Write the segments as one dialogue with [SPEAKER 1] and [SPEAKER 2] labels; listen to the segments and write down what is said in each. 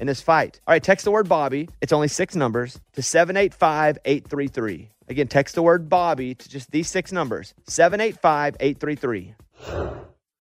[SPEAKER 1] in this fight. All right, text the word Bobby. It's only six numbers to 785 833. Again, text the word Bobby to just these six numbers 785 833.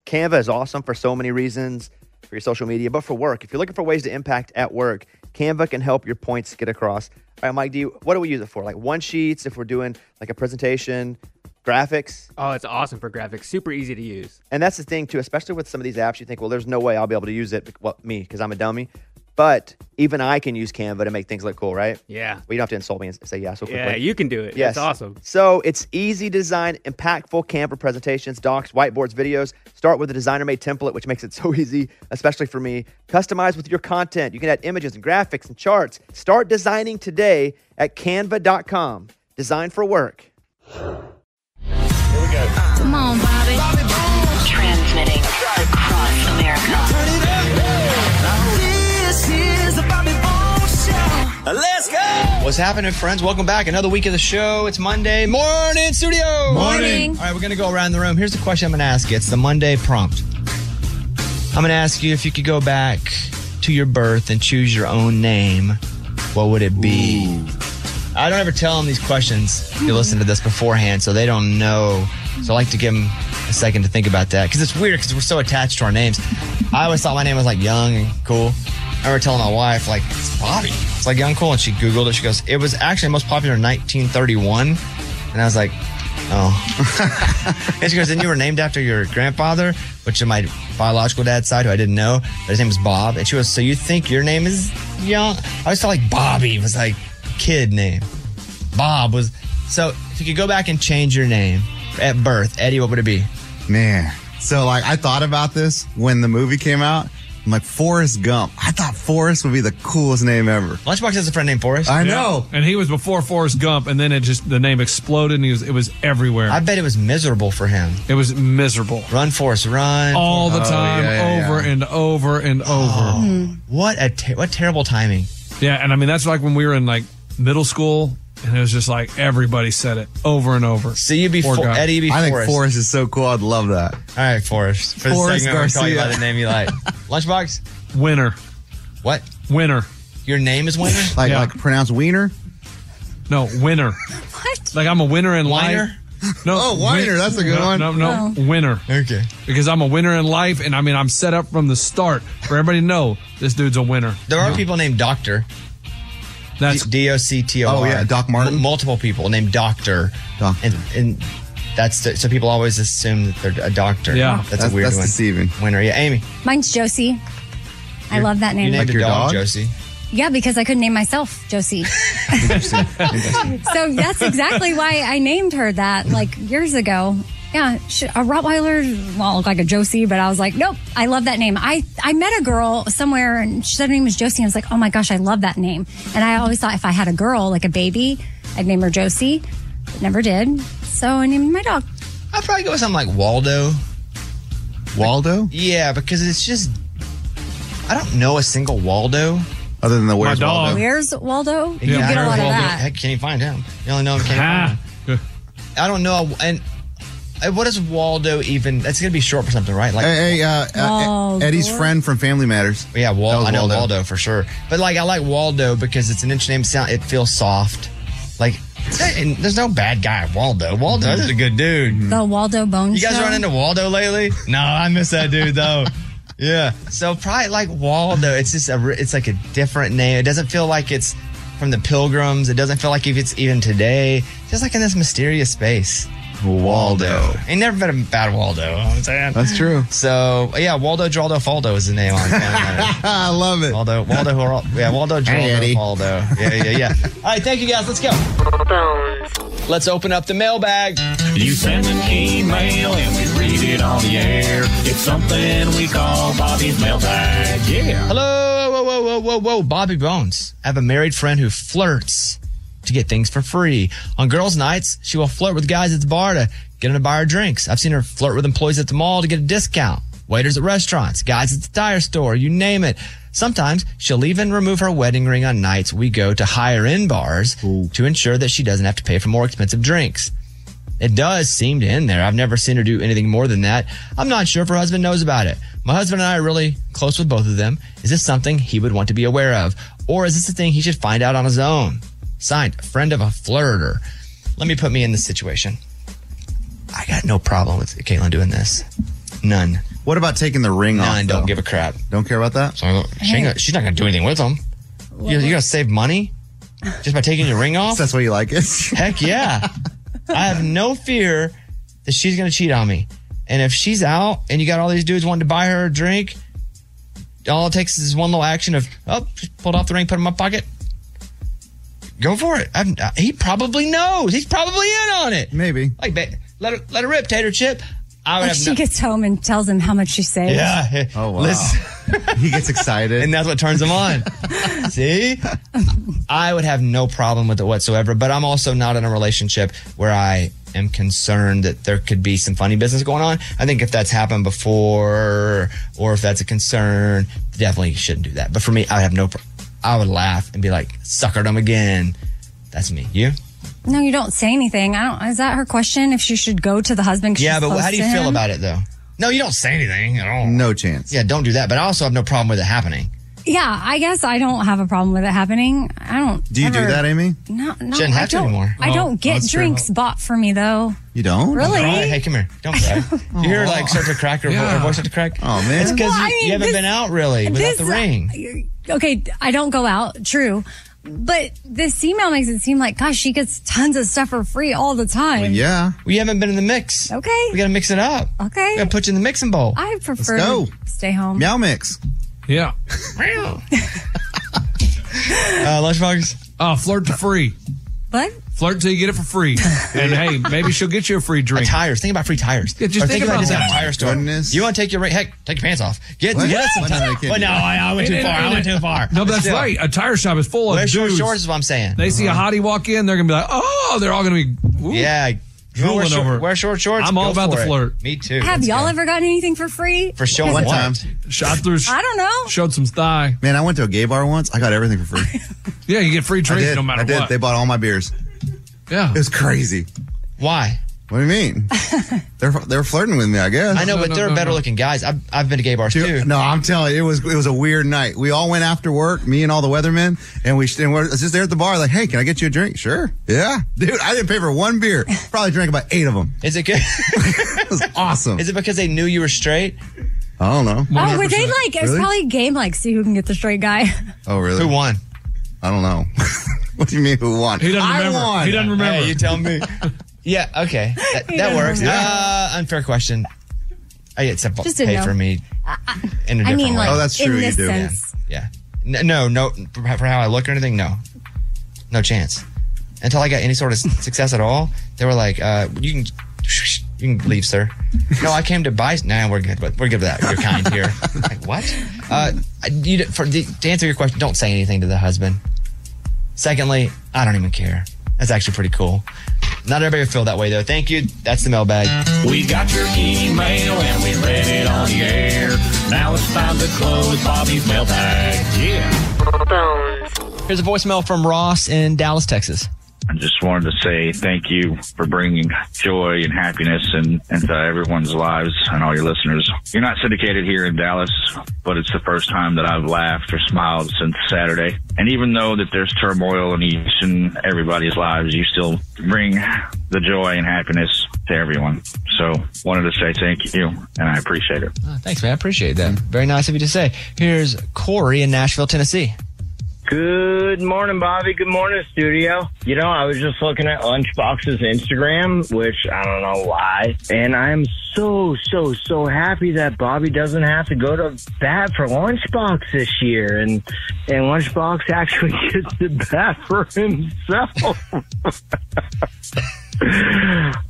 [SPEAKER 1] Canva is awesome for so many reasons for your social media, but for work, if you're looking for ways to impact at work, Canva can help your points get across. All right, Mike, do you, what do we use it for? Like one sheets, if we're doing like a presentation, graphics,
[SPEAKER 2] Oh, it's awesome for graphics. Super easy to use.
[SPEAKER 1] and that's the thing too, especially with some of these apps. You think, well, there's no way I'll be able to use it. bec- Well, me, because I'm a dummy. But even I can use Canva to make things look cool, right?
[SPEAKER 2] Yeah.
[SPEAKER 1] Well, you don't have to insult me and say yeah so quickly.
[SPEAKER 2] Yeah, you can do it.
[SPEAKER 1] Yes.
[SPEAKER 2] It's awesome.
[SPEAKER 1] So it's easy design, impactful Canva presentations, docs, whiteboards, videos. Start with a designer made template, which makes it so easy, especially for me. Customize with your content. You can add images and graphics and charts. Start designing today at canva.com. Design for work.
[SPEAKER 3] Come on, Bobby.
[SPEAKER 4] Transmitting across America.
[SPEAKER 5] This is the Bobby Bones Show. Let's go.
[SPEAKER 1] What's happening, friends? Welcome back. Another week of the show. It's Monday morning, studio.
[SPEAKER 3] Morning.
[SPEAKER 1] All right, we're going to go around the room. Here's the question I'm going to ask you. It's the Monday prompt. I'm going to ask you if you could go back to your birth and choose your own name, what would it be? I don't ever tell them these questions. They listen to this beforehand, so they don't know. So I like to give them a second to think about that because it's weird because we're so attached to our names. I always thought my name was like young and cool. I remember telling my wife like it's Bobby. It's like young cool, and she googled it. She goes, "It was actually most popular in 1931," and I was like, "Oh." and she goes, "Then you were named after your grandfather, which is my biological dad's side, who I didn't know. But his name was Bob." And she goes, "So you think your name is young?" I always felt like Bobby was like kid name. Bob was. So if you could go back and change your name at birth, Eddie, what would it be?
[SPEAKER 6] Man. So like I thought about this when the movie came out. I'm like Forrest Gump. I thought Forrest would be the coolest name ever.
[SPEAKER 1] Lunchbox has a friend named Forrest.
[SPEAKER 6] I
[SPEAKER 7] Yeah.
[SPEAKER 6] know.
[SPEAKER 7] And he was before Forrest Gump, and then it just the name exploded, and he was it was everywhere.
[SPEAKER 1] I bet it was miserable for him.
[SPEAKER 7] it was miserable
[SPEAKER 1] Run, Forrest, run.
[SPEAKER 7] all the
[SPEAKER 6] Oh,
[SPEAKER 7] time,
[SPEAKER 6] yeah, yeah,
[SPEAKER 7] over
[SPEAKER 6] yeah. Oh,
[SPEAKER 7] and over and over.
[SPEAKER 1] What a ter- what terrible timing.
[SPEAKER 7] Yeah, and I mean that's like when we were in like middle school, and it was just like everybody said it over and over.
[SPEAKER 1] So you'd be
[SPEAKER 7] Poor
[SPEAKER 1] Fo-
[SPEAKER 7] guy.
[SPEAKER 1] Eddie, you'd be
[SPEAKER 6] I think
[SPEAKER 1] Forrest.
[SPEAKER 6] Forrest is so cool. I'd love that.
[SPEAKER 1] All right, Forrest. For
[SPEAKER 6] Forrest
[SPEAKER 1] the segment, we're calling you by
[SPEAKER 6] Garcia.
[SPEAKER 1] the name you like. Lunchbox,
[SPEAKER 7] Winner,
[SPEAKER 1] what?
[SPEAKER 7] winner,
[SPEAKER 1] Your name is Winner?
[SPEAKER 6] Like
[SPEAKER 7] Yeah.
[SPEAKER 6] like pronounced Wiener.
[SPEAKER 7] no winner.
[SPEAKER 3] What?
[SPEAKER 7] Like I'm a winner in
[SPEAKER 1] Winer?
[SPEAKER 7] life. No,
[SPEAKER 6] Oh, Winer,
[SPEAKER 7] win-
[SPEAKER 6] that's a good
[SPEAKER 7] no,
[SPEAKER 6] one.
[SPEAKER 7] No, no, winner.
[SPEAKER 1] Okay.
[SPEAKER 7] Because I'm a winner in life, and I mean I'm set up from the start for everybody to know this dude's a winner.
[SPEAKER 1] There are people named Doctor.
[SPEAKER 7] That's
[SPEAKER 1] D O C T O R.
[SPEAKER 6] Oh, yeah, Doc Martin.
[SPEAKER 1] M- multiple people named Doctor.
[SPEAKER 6] Doctor.
[SPEAKER 1] And, and that's the, so people always assume that they're a doctor.
[SPEAKER 7] Yeah.
[SPEAKER 1] that's,
[SPEAKER 6] That's-
[SPEAKER 1] a weird
[SPEAKER 6] that's
[SPEAKER 1] one.
[SPEAKER 6] deceiving.
[SPEAKER 1] Winner, yeah. Amy,
[SPEAKER 3] Mine's Josie. I love that name.
[SPEAKER 1] you named
[SPEAKER 6] Like
[SPEAKER 1] your
[SPEAKER 6] your
[SPEAKER 1] dog,
[SPEAKER 6] dog?
[SPEAKER 1] Josie.
[SPEAKER 3] Yeah, because I couldn't name myself Josie. so that's exactly why I named her that like years ago. Yeah, sh a Rottweiler won't look like a Josie, but I was like, nope, I love that name. I, I met a girl somewhere and she said her name was Josie. And I was like, oh my gosh, I love that name. And I always thought if I had a girl, like a baby, I'd name her Josie. But never did. So I named my dog.
[SPEAKER 1] I'd probably go with something like Waldo.
[SPEAKER 6] Waldo.
[SPEAKER 1] Yeah, because it's just I don't know a single Waldo.
[SPEAKER 6] Other than the where's
[SPEAKER 7] dog.
[SPEAKER 6] Waldo.
[SPEAKER 3] Where's Waldo?
[SPEAKER 7] Yeah,
[SPEAKER 3] you get a
[SPEAKER 7] where's
[SPEAKER 3] lot of
[SPEAKER 7] Waldo?
[SPEAKER 3] that.
[SPEAKER 1] Heck, can't even find him. You only know him. Can't
[SPEAKER 7] ah.
[SPEAKER 1] I don't know. And uh, what is Waldo even? That's gonna be short for something, right? Like
[SPEAKER 6] Hey, hey uh, uh,
[SPEAKER 3] Waldo.
[SPEAKER 6] Eddie's friend from Family Matters.
[SPEAKER 1] yeah,
[SPEAKER 6] That
[SPEAKER 1] Wal-
[SPEAKER 6] was
[SPEAKER 1] I know Waldo. for sure. But like I like Waldo because it's an interesting name. Sound it feels soft. Like and there's no bad guy Waldo. Waldo is a good dude.
[SPEAKER 3] The Waldo Bone
[SPEAKER 1] You guys
[SPEAKER 3] Show.
[SPEAKER 1] run into Waldo lately? No, I miss that dude though. Yeah. So probably like Waldo. It's just a. re- It's like a different name. It doesn't feel like it's from the pilgrims. It doesn't feel like if it's even today. It's Just like in this mysterious space. Waldo. Ain't never been a bad Waldo. you know what I'm saying
[SPEAKER 6] That's true.
[SPEAKER 1] So yeah, Waldo Geraldo Faldo is the name on. on
[SPEAKER 6] I love it.
[SPEAKER 1] Waldo Waldo Geraldo- yeah Waldo Geraldo
[SPEAKER 6] Eddie.
[SPEAKER 1] Faldo. Yeah yeah yeah. All right, thank you guys. Let's go. Let's open up the mailbag.
[SPEAKER 8] You send an email and we read it on the air. It's something we call Bobby's mailbag. Yeah.
[SPEAKER 1] Hello, whoa, whoa, whoa, whoa, whoa, Bobby Bones. I have a married friend who flirts to get things for free. On girls' nights, she will flirt with guys at the bar to get them to buy her drinks. I've seen her flirt with employees at the mall to get a discount, waiters at restaurants, guys at the tire store, you name it. Sometimes she'll even remove her wedding ring on nights we go to higher end bars to ensure that she doesn't have to pay for more expensive drinks. It does seem to end there. I've never seen her do anything more than that. I'm not sure if her husband knows about it. My husband and I are really close with both of them. Is this something he would want to be aware of? Or is this a thing he should find out on his own? Signed, friend of a flirter. Let me put me in this situation. I got no problem with Caitlin doing this. None.
[SPEAKER 6] What about taking the ring off?
[SPEAKER 1] None.
[SPEAKER 6] though?
[SPEAKER 1] Don't give a crap.
[SPEAKER 6] Don't care about that.
[SPEAKER 1] So she ain't gonna- she's not going to do anything with him. You- You're, going to save money just by taking your ring off?
[SPEAKER 6] That's why you like it.
[SPEAKER 1] Heck yeah. I have no fear that she's going to cheat on me. And if she's out and you got all these dudes wanting to buy her a drink, all it takes is one little action of, oh, just pulled off the ring, put it in my pocket. Go for it. I've, uh, he probably knows. He's probably in on it.
[SPEAKER 6] Maybe.
[SPEAKER 1] Like, ba- let her, let her rip, tater chip. I would
[SPEAKER 3] Like
[SPEAKER 1] have
[SPEAKER 3] she
[SPEAKER 1] no-
[SPEAKER 3] gets home and tells him how much she saved.
[SPEAKER 1] Yeah.
[SPEAKER 6] Oh, wow.
[SPEAKER 1] Listen-
[SPEAKER 6] He gets excited.
[SPEAKER 1] and that's what turns them on. See, I would have no problem with it whatsoever. But I'm also not in a relationship where I am concerned that there could be some funny business going on. I think if that's happened before, or if that's a concern, definitely you shouldn't do that. But for me, I would have no. Pro- I would laugh and be like, "Suckered them again." That's me. You?
[SPEAKER 3] No, you don't say anything. I don't. Is that her question? If she should go to the husband? 'cause
[SPEAKER 1] Yeah,
[SPEAKER 3] she's
[SPEAKER 1] but
[SPEAKER 3] close
[SPEAKER 1] how do you
[SPEAKER 3] to
[SPEAKER 1] feel
[SPEAKER 3] him?
[SPEAKER 1] about it though? No, you don't say anything at all.
[SPEAKER 6] no chance.
[SPEAKER 1] Yeah, don't do that. But I also have no problem with it happening.
[SPEAKER 3] Yeah, I guess I don't have a problem with it happening. I don't.
[SPEAKER 6] Do you do
[SPEAKER 3] ever-
[SPEAKER 6] that, Amy?
[SPEAKER 3] No, no.
[SPEAKER 1] Shouldn't
[SPEAKER 3] I
[SPEAKER 1] have to
[SPEAKER 3] don't-
[SPEAKER 1] anymore. Oh,
[SPEAKER 3] I don't get
[SPEAKER 7] that's true.
[SPEAKER 3] drinks bought for me though.
[SPEAKER 6] You don't?
[SPEAKER 3] Really?
[SPEAKER 1] Hey, hey, come here. Don't cry. you hear her, like start to crack her, vo- her
[SPEAKER 7] Yeah.
[SPEAKER 1] voice start to crack.
[SPEAKER 6] Oh, man.
[SPEAKER 1] It's because
[SPEAKER 3] Well, I
[SPEAKER 1] you,
[SPEAKER 3] mean,
[SPEAKER 1] you haven't
[SPEAKER 3] this-
[SPEAKER 1] been out really without
[SPEAKER 3] This-
[SPEAKER 1] the ring.
[SPEAKER 3] Okay, I don't go out. True. But this email makes it seem like, gosh, she gets tons of stuff for free all the time.
[SPEAKER 6] Yeah.
[SPEAKER 1] We haven't been in the mix.
[SPEAKER 3] Okay.
[SPEAKER 1] We gotta mix it up.
[SPEAKER 3] Okay.
[SPEAKER 1] We gotta put you in the mixing bowl.
[SPEAKER 3] I prefer
[SPEAKER 6] go.
[SPEAKER 3] to stay home.
[SPEAKER 6] Meow mix.
[SPEAKER 7] Yeah.
[SPEAKER 1] uh, Lunchbox.
[SPEAKER 7] Uh, flirt to free.
[SPEAKER 3] But
[SPEAKER 7] Flirt till you get it for free. And hey, maybe she'll get you a free drink.
[SPEAKER 1] Tires. Think about free tires.
[SPEAKER 7] Yeah, just
[SPEAKER 1] Or
[SPEAKER 7] think about
[SPEAKER 1] just
[SPEAKER 7] that.
[SPEAKER 1] a tire store.
[SPEAKER 6] Goodness.
[SPEAKER 1] You want to take your ring? Heck, take your pants off. Get
[SPEAKER 6] What?
[SPEAKER 1] get us some
[SPEAKER 6] What? No,
[SPEAKER 1] tires.
[SPEAKER 6] I can't
[SPEAKER 1] But no,
[SPEAKER 6] do that.
[SPEAKER 1] I, I went too far. I went too far.
[SPEAKER 7] No, but that's
[SPEAKER 1] Still,
[SPEAKER 7] right. A tire shop is full
[SPEAKER 1] Wear
[SPEAKER 7] of
[SPEAKER 1] short
[SPEAKER 7] dudes.
[SPEAKER 1] shorts is what I'm saying.
[SPEAKER 7] They see a hottie walk in, they're gonna be like, "Oh!" They're all gonna be, ooh.
[SPEAKER 1] Uh-huh. yeah. You wanna wear
[SPEAKER 7] Drooling
[SPEAKER 1] short,
[SPEAKER 7] over.
[SPEAKER 1] Wear short shorts.
[SPEAKER 7] I'm all
[SPEAKER 1] Go
[SPEAKER 7] about
[SPEAKER 1] for
[SPEAKER 7] the
[SPEAKER 1] it.
[SPEAKER 7] flirt.
[SPEAKER 1] Me too.
[SPEAKER 3] have
[SPEAKER 1] Let's
[SPEAKER 3] y'all
[SPEAKER 1] go.
[SPEAKER 3] ever gotten anything for free?
[SPEAKER 1] For sure.
[SPEAKER 6] One time.
[SPEAKER 7] Shot through.
[SPEAKER 3] I don't know.
[SPEAKER 7] Showed some thigh.
[SPEAKER 6] Man, I went to a gay bar once. I got everything for free.
[SPEAKER 7] Yeah, you get free
[SPEAKER 6] I
[SPEAKER 7] drinks
[SPEAKER 6] did.
[SPEAKER 7] no matter
[SPEAKER 6] I did.
[SPEAKER 7] what.
[SPEAKER 6] They bought all my beers.
[SPEAKER 7] yeah.
[SPEAKER 6] It was crazy.
[SPEAKER 1] Why?
[SPEAKER 6] What do you mean? they're they're flirting with me, I guess.
[SPEAKER 1] I know,
[SPEAKER 7] No,
[SPEAKER 1] but
[SPEAKER 7] no,
[SPEAKER 1] they're
[SPEAKER 7] no,
[SPEAKER 1] better
[SPEAKER 7] no.
[SPEAKER 1] looking guys. I've, I've been to gay bars
[SPEAKER 6] Dude,
[SPEAKER 1] too.
[SPEAKER 6] No, I'm telling you, it was it was a weird night. We all went after work, me and all the weathermen, and we and we're just there at the bar. Like, hey, can I get you a drink? Sure. Yeah, dude, I didn't pay for one beer. Probably drank about eight of them.
[SPEAKER 1] Is it good?
[SPEAKER 6] It was awesome.
[SPEAKER 1] Is it because they knew you were straight?
[SPEAKER 6] I don't know.
[SPEAKER 3] Oh, were they like, it was
[SPEAKER 6] Really?
[SPEAKER 3] probably a game like, see who can get the straight guy.
[SPEAKER 6] Oh, really?
[SPEAKER 1] Who won?
[SPEAKER 6] I don't know. what do you mean? Who won?
[SPEAKER 7] He doesn't
[SPEAKER 6] I
[SPEAKER 7] remember.
[SPEAKER 6] won.
[SPEAKER 7] He doesn't remember.
[SPEAKER 1] Hey, you tell me. yeah, okay. That,
[SPEAKER 3] He
[SPEAKER 1] that
[SPEAKER 3] doesn't
[SPEAKER 1] works.
[SPEAKER 3] remember.
[SPEAKER 1] Uh, unfair question. I get to b-
[SPEAKER 3] Just didn't
[SPEAKER 1] pay
[SPEAKER 3] know.
[SPEAKER 1] for me in a different
[SPEAKER 3] I mean,
[SPEAKER 1] way.
[SPEAKER 3] like,
[SPEAKER 6] Oh, that's true,
[SPEAKER 3] in
[SPEAKER 6] you
[SPEAKER 3] this
[SPEAKER 6] do. Yeah.
[SPEAKER 3] sense.
[SPEAKER 1] yeah. N- No, no, for for how I look or anything, no. No chance. Until I got any sort of s- success at all, they were like, uh, you can you can leave, sir. No, I came to buy. Nah, we're good. But we're good with that. You're kind here. like, what? Uh, I- you, d- for, the- to answer your question, don't say anything to the husband. Secondly, I don't even care. That's actually pretty cool. Not everybody will feel that way, though. Thank you. That's the mailbag.
[SPEAKER 8] We got your email and we read it on the air. Now it's time to close Bobby's mailbag. Yeah.
[SPEAKER 1] Here's a voicemail from Ross in Dallas, Texas.
[SPEAKER 9] I just wanted to say thank you for bringing joy and happiness and into everyone's lives and all your listeners. You're not syndicated here in Dallas, but it's the first time that I've laughed or smiled since Saturday. And even though that there's turmoil in each and everybody's lives, you still bring the joy and happiness to everyone. So wanted to say thank you and I appreciate it.
[SPEAKER 1] Uh, thanks, man. I appreciate that. Very nice of you to say. Here's Corey in Nashville, Tennessee.
[SPEAKER 10] Good morning, Bobby. Good morning, studio. You know, I was just looking at Lunchbox's Instagram, which I don't know why. And I'm so, so, so happy that Bobby doesn't have to go to bat for Lunchbox this year. And, and Lunchbox actually gets to bat for himself.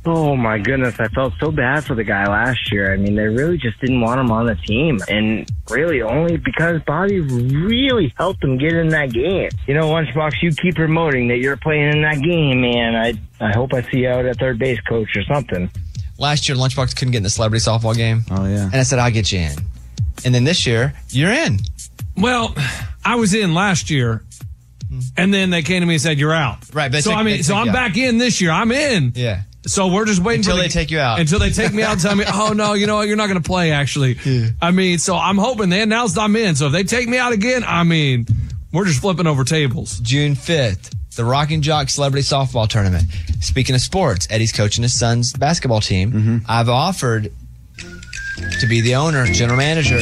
[SPEAKER 10] oh my goodness, I felt so bad for the guy last year. I mean, they really just didn't want him on the team, and really only because Bobby really helped him get in that game. You know, Lunchbox, you keep promoting that you're playing in that game, man. I I hope I see you out at third base, coach, or something.
[SPEAKER 1] Last year, Lunchbox couldn't get in the celebrity softball game. Oh, yeah. And I said, I'll get you in. And then this year, you're in.
[SPEAKER 7] Well, I was in last year, and then they came to me and said you're out.
[SPEAKER 1] Hmm. Right, but they
[SPEAKER 7] so
[SPEAKER 1] took-
[SPEAKER 7] I
[SPEAKER 1] they
[SPEAKER 7] mean, so
[SPEAKER 1] took
[SPEAKER 7] I'm
[SPEAKER 1] you out.
[SPEAKER 7] back in this year. I'm in.
[SPEAKER 1] Yeah.
[SPEAKER 7] So we're just waiting
[SPEAKER 1] Until
[SPEAKER 7] for
[SPEAKER 1] they take you out.
[SPEAKER 7] Until they take me out and tell me, oh no, you know what, you're not going to play. Actually, I mean, so I'm hoping they announced I'm in. So if they take me out again, I mean, we're just flipping over tables.
[SPEAKER 1] June 5th, the Rockin' Jock Celebrity Softball Tournament. Speaking of sports, Eddie's coaching his son's basketball team. I've offered to be the owner, general manager,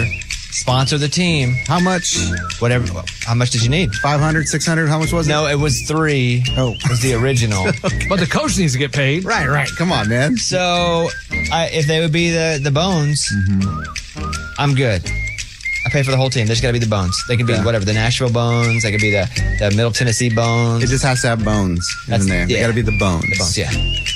[SPEAKER 1] sponsor the team.
[SPEAKER 6] How much?
[SPEAKER 1] Whatever. How much did you need?
[SPEAKER 6] 500, 600? How much was
[SPEAKER 1] it? No, it was three. Oh. It was the original.
[SPEAKER 7] but the coach needs to get paid.
[SPEAKER 6] Right, right. Come on, man.
[SPEAKER 1] So I, if they would be the, the bones,
[SPEAKER 6] Mm-hmm.
[SPEAKER 1] I'm good. I pay for the whole team. There's got to be the bones. They can be
[SPEAKER 6] Yeah.
[SPEAKER 1] whatever the Nashville bones. They could be the, the Middle Tennessee bones.
[SPEAKER 6] It just has to have bones
[SPEAKER 1] That's-
[SPEAKER 6] in there.
[SPEAKER 1] yeah.
[SPEAKER 6] They got to be the bones.
[SPEAKER 1] The bones, yeah.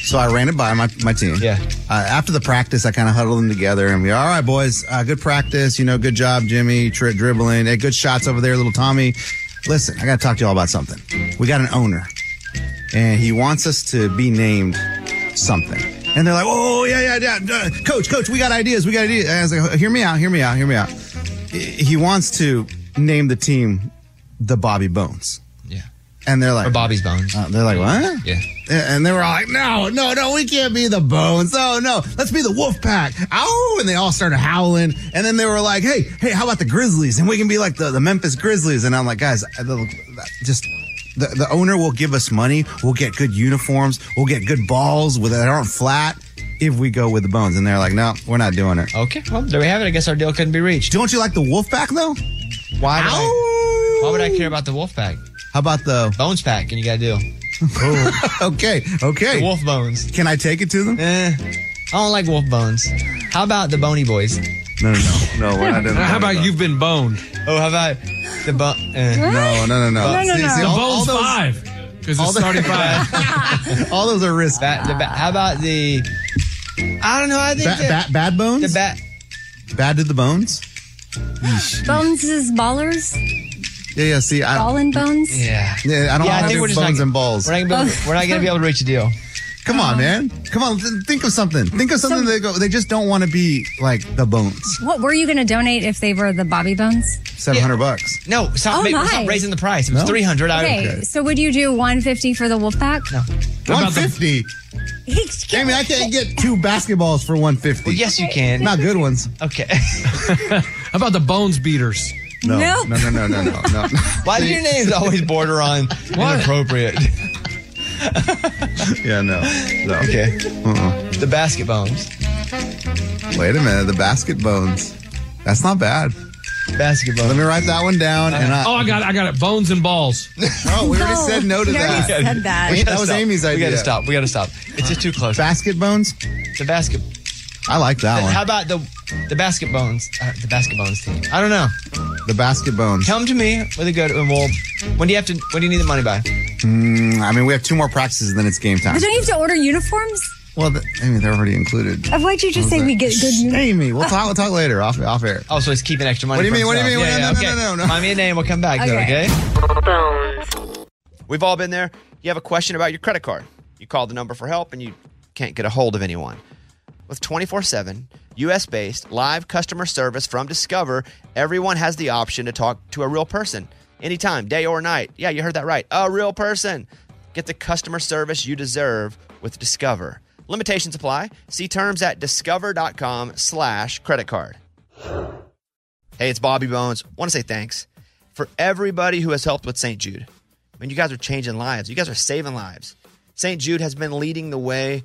[SPEAKER 6] So I ran it by my, my team. Yeah. Uh, after the practice, I kind of huddled them together and we, all right, boys, uh, good practice. You know, good job, Jimmy, tri- dribbling. Hey, good shots over there, little Tommy. Listen, I got to talk to y'all about something. We got an owner and he wants us to be named something. And they're like, oh, yeah, yeah, yeah. uh, Coach, coach, we got ideas. We got ideas. And I was like, hear me out, hear me out, hear me out. He- He wants to name the team the Bobby Bones.
[SPEAKER 1] Yeah.
[SPEAKER 6] And they're like,
[SPEAKER 1] Or Bobby's bones.
[SPEAKER 6] Uh, they're like, what?
[SPEAKER 1] Yeah.
[SPEAKER 6] And they were all like, no, no, no, we can't be the bones. Oh, no, let's be the wolf pack. Ow! And they all started howling. And then they were like, hey, hey, how about the Grizzlies? And we can be like the, the Memphis Grizzlies. And I'm like, guys, I- the- just the, the owner will give us money. We'll get good uniforms. We'll get good balls with that aren't flat if we go with the bones. And they're like, no, we're not doing it.
[SPEAKER 1] Okay. Well, there we have it. I guess our deal couldn't be reached.
[SPEAKER 6] Don't you like the wolf pack, though?
[SPEAKER 1] Why would, I, why would I care about the wolf pack?
[SPEAKER 6] How about the
[SPEAKER 1] bones pack? And you got a deal.
[SPEAKER 6] okay.
[SPEAKER 1] The
[SPEAKER 6] Okay.
[SPEAKER 1] wolf bones.
[SPEAKER 6] Can I take it to them?
[SPEAKER 1] Eh, I don't like wolf bones. How about the bony boys?
[SPEAKER 6] No, no, no. No, we're not doing
[SPEAKER 7] How
[SPEAKER 6] that.
[SPEAKER 7] about you've been boned?
[SPEAKER 1] Oh, how about the eh. bone?
[SPEAKER 6] No, no, no, no.
[SPEAKER 1] No, no,
[SPEAKER 6] See-
[SPEAKER 1] no.
[SPEAKER 6] see,
[SPEAKER 1] The
[SPEAKER 6] all-
[SPEAKER 1] bones
[SPEAKER 6] all those-
[SPEAKER 7] five. Because
[SPEAKER 6] all
[SPEAKER 7] it's
[SPEAKER 6] the-
[SPEAKER 7] starting five.
[SPEAKER 6] All those are risky.
[SPEAKER 1] how about the? I don't know. I think
[SPEAKER 6] Ba-
[SPEAKER 1] that-
[SPEAKER 6] ba- bad bones. The
[SPEAKER 1] bat.
[SPEAKER 6] Bad to the bones.
[SPEAKER 3] Bones is ballers.
[SPEAKER 6] Yeah, yeah. See, I
[SPEAKER 3] Ball and bones?
[SPEAKER 1] Yeah.
[SPEAKER 6] Yeah, I don't
[SPEAKER 1] Yeah, I
[SPEAKER 6] want to
[SPEAKER 1] think
[SPEAKER 6] do
[SPEAKER 1] we're
[SPEAKER 6] bones
[SPEAKER 1] just not-
[SPEAKER 6] and balls.
[SPEAKER 1] We're not, gonna be able, we're not gonna be able to reach a deal.
[SPEAKER 6] Come on, man. Come on. th- Think of something. Think of something. They go. They just don't want to be like the bones.
[SPEAKER 3] What were you going to donate if they were the Bobby Bones?
[SPEAKER 6] Seven hundred bucks.
[SPEAKER 1] No, stop,
[SPEAKER 3] Oh,
[SPEAKER 1] ma- stop
[SPEAKER 3] my.
[SPEAKER 1] raising the price. It was
[SPEAKER 6] No?
[SPEAKER 1] three hundred.
[SPEAKER 3] Okay, so would you do 150 for the Wolfpack? No.
[SPEAKER 6] One fifty. Amy, I can't get two basketballs for one fifty.
[SPEAKER 1] yes, you can.
[SPEAKER 6] Not good ones.
[SPEAKER 1] Okay.
[SPEAKER 7] How about the bones beaters?
[SPEAKER 6] No. No. No. No. No. No. no.
[SPEAKER 1] Why do your names always border on inappropriate?
[SPEAKER 6] yeah. No. No.
[SPEAKER 1] Okay.
[SPEAKER 6] Uh-uh.
[SPEAKER 1] The basket bones.
[SPEAKER 6] Wait a minute. The basket bones. That's not bad.
[SPEAKER 1] Basket bones.
[SPEAKER 6] Let me write that one down. And I,
[SPEAKER 7] oh, I got it. I got it. Bones and balls.
[SPEAKER 6] Oh, we already
[SPEAKER 3] No,
[SPEAKER 6] said no to
[SPEAKER 3] we already
[SPEAKER 6] that.
[SPEAKER 3] said that.
[SPEAKER 6] We-
[SPEAKER 3] We
[SPEAKER 6] that was Amy's idea.
[SPEAKER 1] We gotta stop. We gotta stop. It's just too close.
[SPEAKER 6] Basket bones.
[SPEAKER 1] the basket.
[SPEAKER 6] I like that one.
[SPEAKER 1] How about the the basket bones? Uh, the basket bones team. I don't know.
[SPEAKER 6] the basket bones.
[SPEAKER 1] Come to me with a good. And we'll. When do you have to? When do you need the money by?
[SPEAKER 6] Mm, I mean, we have two more practices, and then it's game time.
[SPEAKER 3] But don't you have to order uniforms?
[SPEAKER 6] Well, the, Amy, they're already included.
[SPEAKER 3] Of what you just
[SPEAKER 6] What was
[SPEAKER 3] say, we get good
[SPEAKER 6] Shh,
[SPEAKER 3] uniforms.
[SPEAKER 6] Amy, we'll talk. We'll talk later off off air.
[SPEAKER 1] Oh, so he's keeping extra money.
[SPEAKER 6] What do you
[SPEAKER 1] for
[SPEAKER 6] mean? What do you
[SPEAKER 1] himself.
[SPEAKER 6] mean?
[SPEAKER 1] Yeah,
[SPEAKER 6] What-
[SPEAKER 1] yeah,
[SPEAKER 6] no, no, no,
[SPEAKER 1] okay.
[SPEAKER 6] no, no.
[SPEAKER 1] Find me a name. We'll come back. though,
[SPEAKER 3] Okay.
[SPEAKER 1] okay? We've all been there. You have a question about your credit card. You call the number for help and you can't get a hold of anyone. With 24 7, US based live customer service from Discover, everyone has the option to talk to a real person anytime, day or night. Yeah, you heard that right. A real person. Get the customer service you deserve with Discover. Limitations apply. See terms at discover.com slash credit card. Hey, it's Bobby Bones. Want to say thanks for everybody who has helped with St. Jude. I mean, you guys are changing lives. You guys are saving lives. St. Jude has been leading the way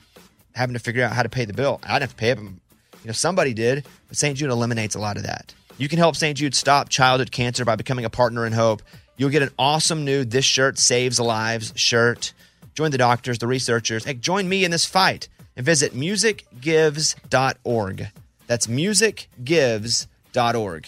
[SPEAKER 1] having to figure out how to pay the bill. I didn't have to pay it, but you know somebody did. But St. Jude eliminates a lot of that. You can help St. Jude stop childhood cancer by becoming a partner in hope. You'll get an awesome new "This Shirt Saves Lives" shirt. Join the doctors, the researchers, and join me in this fight. And visit musicgives.org. That's musicgives.org.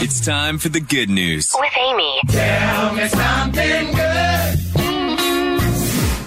[SPEAKER 11] It's time for the good news.
[SPEAKER 5] With Amy.
[SPEAKER 11] Tell
[SPEAKER 5] me something good.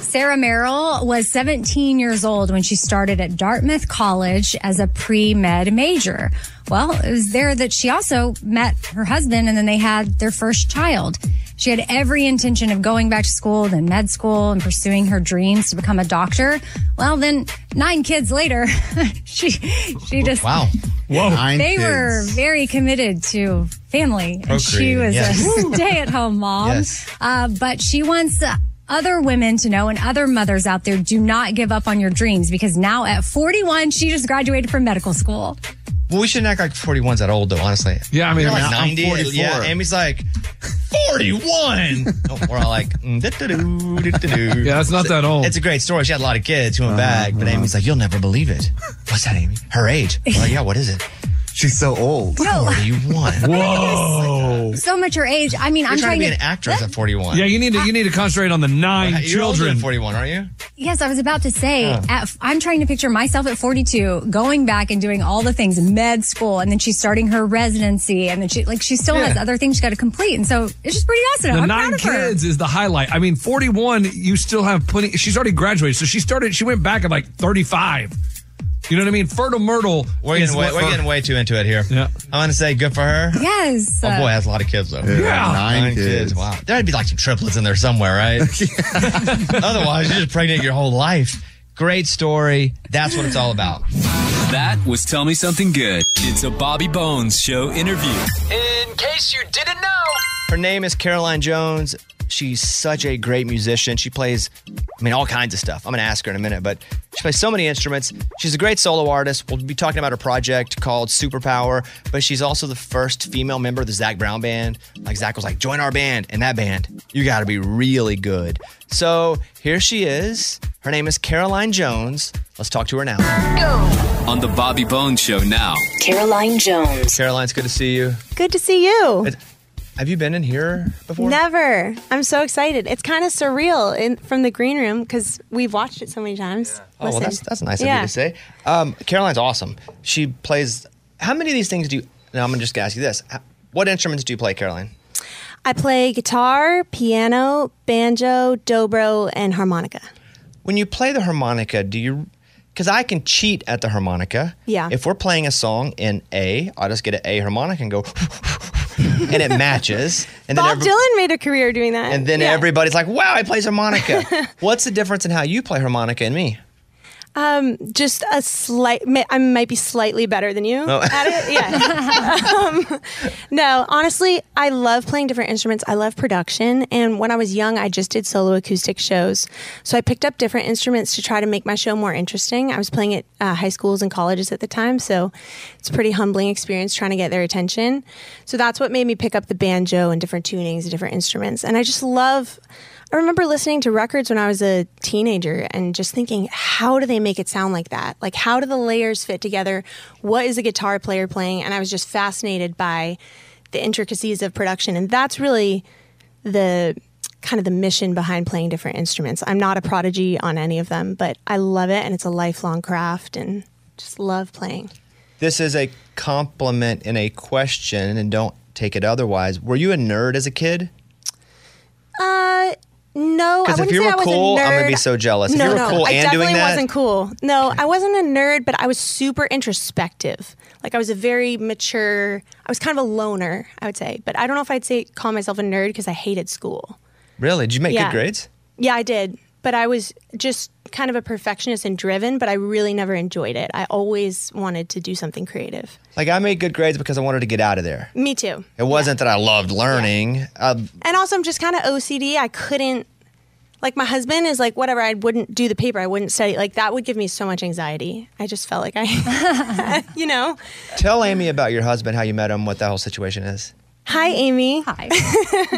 [SPEAKER 3] Sarah Merrill was 17 years old when she started at Dartmouth College as a pre med major. Well, it was there that she also met her husband and then they had their first child. She had every intention of going back to school, then med school, and pursuing her dreams to become a doctor. Well, then nine kids later, she she just
[SPEAKER 1] Wow. Whoa.
[SPEAKER 3] they were very committed to family, and she
[SPEAKER 1] Procreating,
[SPEAKER 3] was
[SPEAKER 1] yes.
[SPEAKER 3] a stay-at-home mom.
[SPEAKER 1] Yes.
[SPEAKER 3] Uh, but she wants uh, other women to know, and other mothers out there, do not give up on your dreams because now at 41, she just graduated from medical school.
[SPEAKER 1] Well, we shouldn't act like 41's that old, though, honestly.
[SPEAKER 7] Yeah, I mean,
[SPEAKER 1] You're like
[SPEAKER 7] I'm
[SPEAKER 1] 90.
[SPEAKER 7] 44.
[SPEAKER 1] Yeah, Amy's like, 41. Oh, we're all like, mm, do-do-do, do-do-do.
[SPEAKER 7] Yeah, that's not that old. Uh-huh,
[SPEAKER 1] It's a great story. She had a lot of kids who went back, but Amy's like, you'll never believe it. What's that, Amy? Her age. Well, yeah, what is it? She's so old.
[SPEAKER 3] No.
[SPEAKER 1] 41. Whoa.
[SPEAKER 3] So much her age. I mean,
[SPEAKER 1] You're
[SPEAKER 3] I'm
[SPEAKER 1] trying to
[SPEAKER 3] trying
[SPEAKER 1] be an actress at 41.
[SPEAKER 7] Yeah, you need to you need to concentrate on the 9
[SPEAKER 1] You're older
[SPEAKER 7] children.
[SPEAKER 1] than 41, aren't you?
[SPEAKER 3] Yes, I was about to say,
[SPEAKER 1] Yeah.
[SPEAKER 3] at, I'm trying to picture myself at 42 going back and doing all the things, med school, and then she's starting her residency, and then she, like, she still has
[SPEAKER 7] Yeah.
[SPEAKER 3] other things she got to complete. And so it's just pretty awesome.
[SPEAKER 7] The
[SPEAKER 3] I'm proud
[SPEAKER 7] nine
[SPEAKER 3] of her.
[SPEAKER 7] kids is the highlight. I mean, 41, you still have plenty. She's already graduated. So she started, she went back at like 35. You know what I mean? Fertile Myrtle.
[SPEAKER 1] We're
[SPEAKER 7] is
[SPEAKER 1] getting, way,
[SPEAKER 7] what
[SPEAKER 1] we're
[SPEAKER 7] her-
[SPEAKER 1] getting way too into it here. Yeah. I'm going to say good for her.
[SPEAKER 3] Yes.
[SPEAKER 1] Oh boy, that's a lot of kids though.
[SPEAKER 7] Yeah. Yeah.
[SPEAKER 1] nine,
[SPEAKER 7] Nine
[SPEAKER 1] kids. Wow, there'd be like some triplets in there somewhere, right? Otherwise, you're just pregnant your whole life. Great story. That's what it's all about.
[SPEAKER 11] That was Tell Me Something Good. It's a Bobby Bones show interview.
[SPEAKER 1] In case you didn't know, her name is Caroline Jones. She's such a great musician. She plays, I mean, all kinds of stuff. I'm going to ask her in a minute, but she plays so many instruments. She's a great solo artist. We'll be talking about her project called Superpower, but she's also the first female member of the Zach Brown band. Like, Zach was like, join our band. And that band, you got to be really good. So here she is. Her name is Caroline Jones. Let's talk to her now.
[SPEAKER 11] On the Bobby Bones show now.
[SPEAKER 1] Caroline Jones. Caroline, it's good to see you.
[SPEAKER 12] Good to see you.
[SPEAKER 1] Have you been in here before?
[SPEAKER 12] Never. I'm so excited. It's kind of surreal in, from the green room because we've watched it so many times.
[SPEAKER 1] Oh, well,
[SPEAKER 12] Listen.
[SPEAKER 1] that's that's nice
[SPEAKER 12] Yeah.
[SPEAKER 1] of you to say. Um, Caroline's awesome. She plays. How many of these things do you? Now I'm gonna just ask you this. H- What instruments do you play, Caroline?
[SPEAKER 12] I play guitar, piano, banjo, dobro, and harmonica.
[SPEAKER 1] When you play the harmonica, do you? Because I can cheat at the harmonica.
[SPEAKER 12] Yeah.
[SPEAKER 1] If we're playing a song in A, I'll just get an A harmonica and go, and it matches. And
[SPEAKER 12] Bob
[SPEAKER 1] every-
[SPEAKER 12] Dylan made a career doing that.
[SPEAKER 1] And then
[SPEAKER 12] Yeah.
[SPEAKER 1] everybody's like, "Wow, he plays harmonica." What's the difference in how you play harmonica and me?
[SPEAKER 12] Um, just a slight. mi- I might be slightly better than you
[SPEAKER 1] Oh.
[SPEAKER 12] at it. Yeah. um, no, honestly, I love playing different instruments. I love production, and when I was young, I just did solo acoustic shows. So I picked up different instruments to try to make my show more interesting. I was playing at uh, high schools and colleges at the time, so it's a pretty humbling experience trying to get their attention. So that's what made me pick up the banjo and different tunings and different instruments, and I just love. I remember listening to records when I was a teenager and just thinking, how do they make it sound like that? Like, how do the layers fit together? What is a guitar player playing? And I was just fascinated by the intricacies of production. And that's really the kind of the mission behind playing different instruments. I'm not a prodigy on any of them, but I love it. And it's a lifelong craft and just love playing.
[SPEAKER 1] This is a compliment and a question, and don't take it otherwise. Were you a nerd as a kid?
[SPEAKER 12] Uh, no, I
[SPEAKER 1] Because
[SPEAKER 12] wouldn't
[SPEAKER 1] if you
[SPEAKER 12] say
[SPEAKER 1] were
[SPEAKER 12] I was a
[SPEAKER 1] cool, I'm gonna be
[SPEAKER 12] nerd.
[SPEAKER 1] so jealous. If
[SPEAKER 12] No,
[SPEAKER 1] you were
[SPEAKER 12] no,
[SPEAKER 1] cool
[SPEAKER 12] I
[SPEAKER 1] and
[SPEAKER 12] definitely
[SPEAKER 1] doing that-
[SPEAKER 12] wasn't cool. No, I wasn't a nerd, but I was super introspective. Like I was a very mature. I was kind of a loner, I would say. But I don't know if I'd say call myself a nerd because I hated school.
[SPEAKER 1] Really? Did you make
[SPEAKER 12] Yeah.
[SPEAKER 1] good grades?
[SPEAKER 12] Yeah, I did. But I was just kind of a perfectionist and driven, but I really never enjoyed it. I always wanted to do something creative.
[SPEAKER 1] Like I made good grades because I wanted to get out of there.
[SPEAKER 12] Me too.
[SPEAKER 1] It wasn't that I loved learning. Uh,
[SPEAKER 12] And also, I'm just kind of OCD. I couldn't, like, my husband is like, whatever, I wouldn't do the paper, I wouldn't study. Like, that would give me so much anxiety. I just felt like I, you know.
[SPEAKER 1] tell Amy about your husband, how you met him, what that whole situation is.
[SPEAKER 12] Hi, Amy. Hi.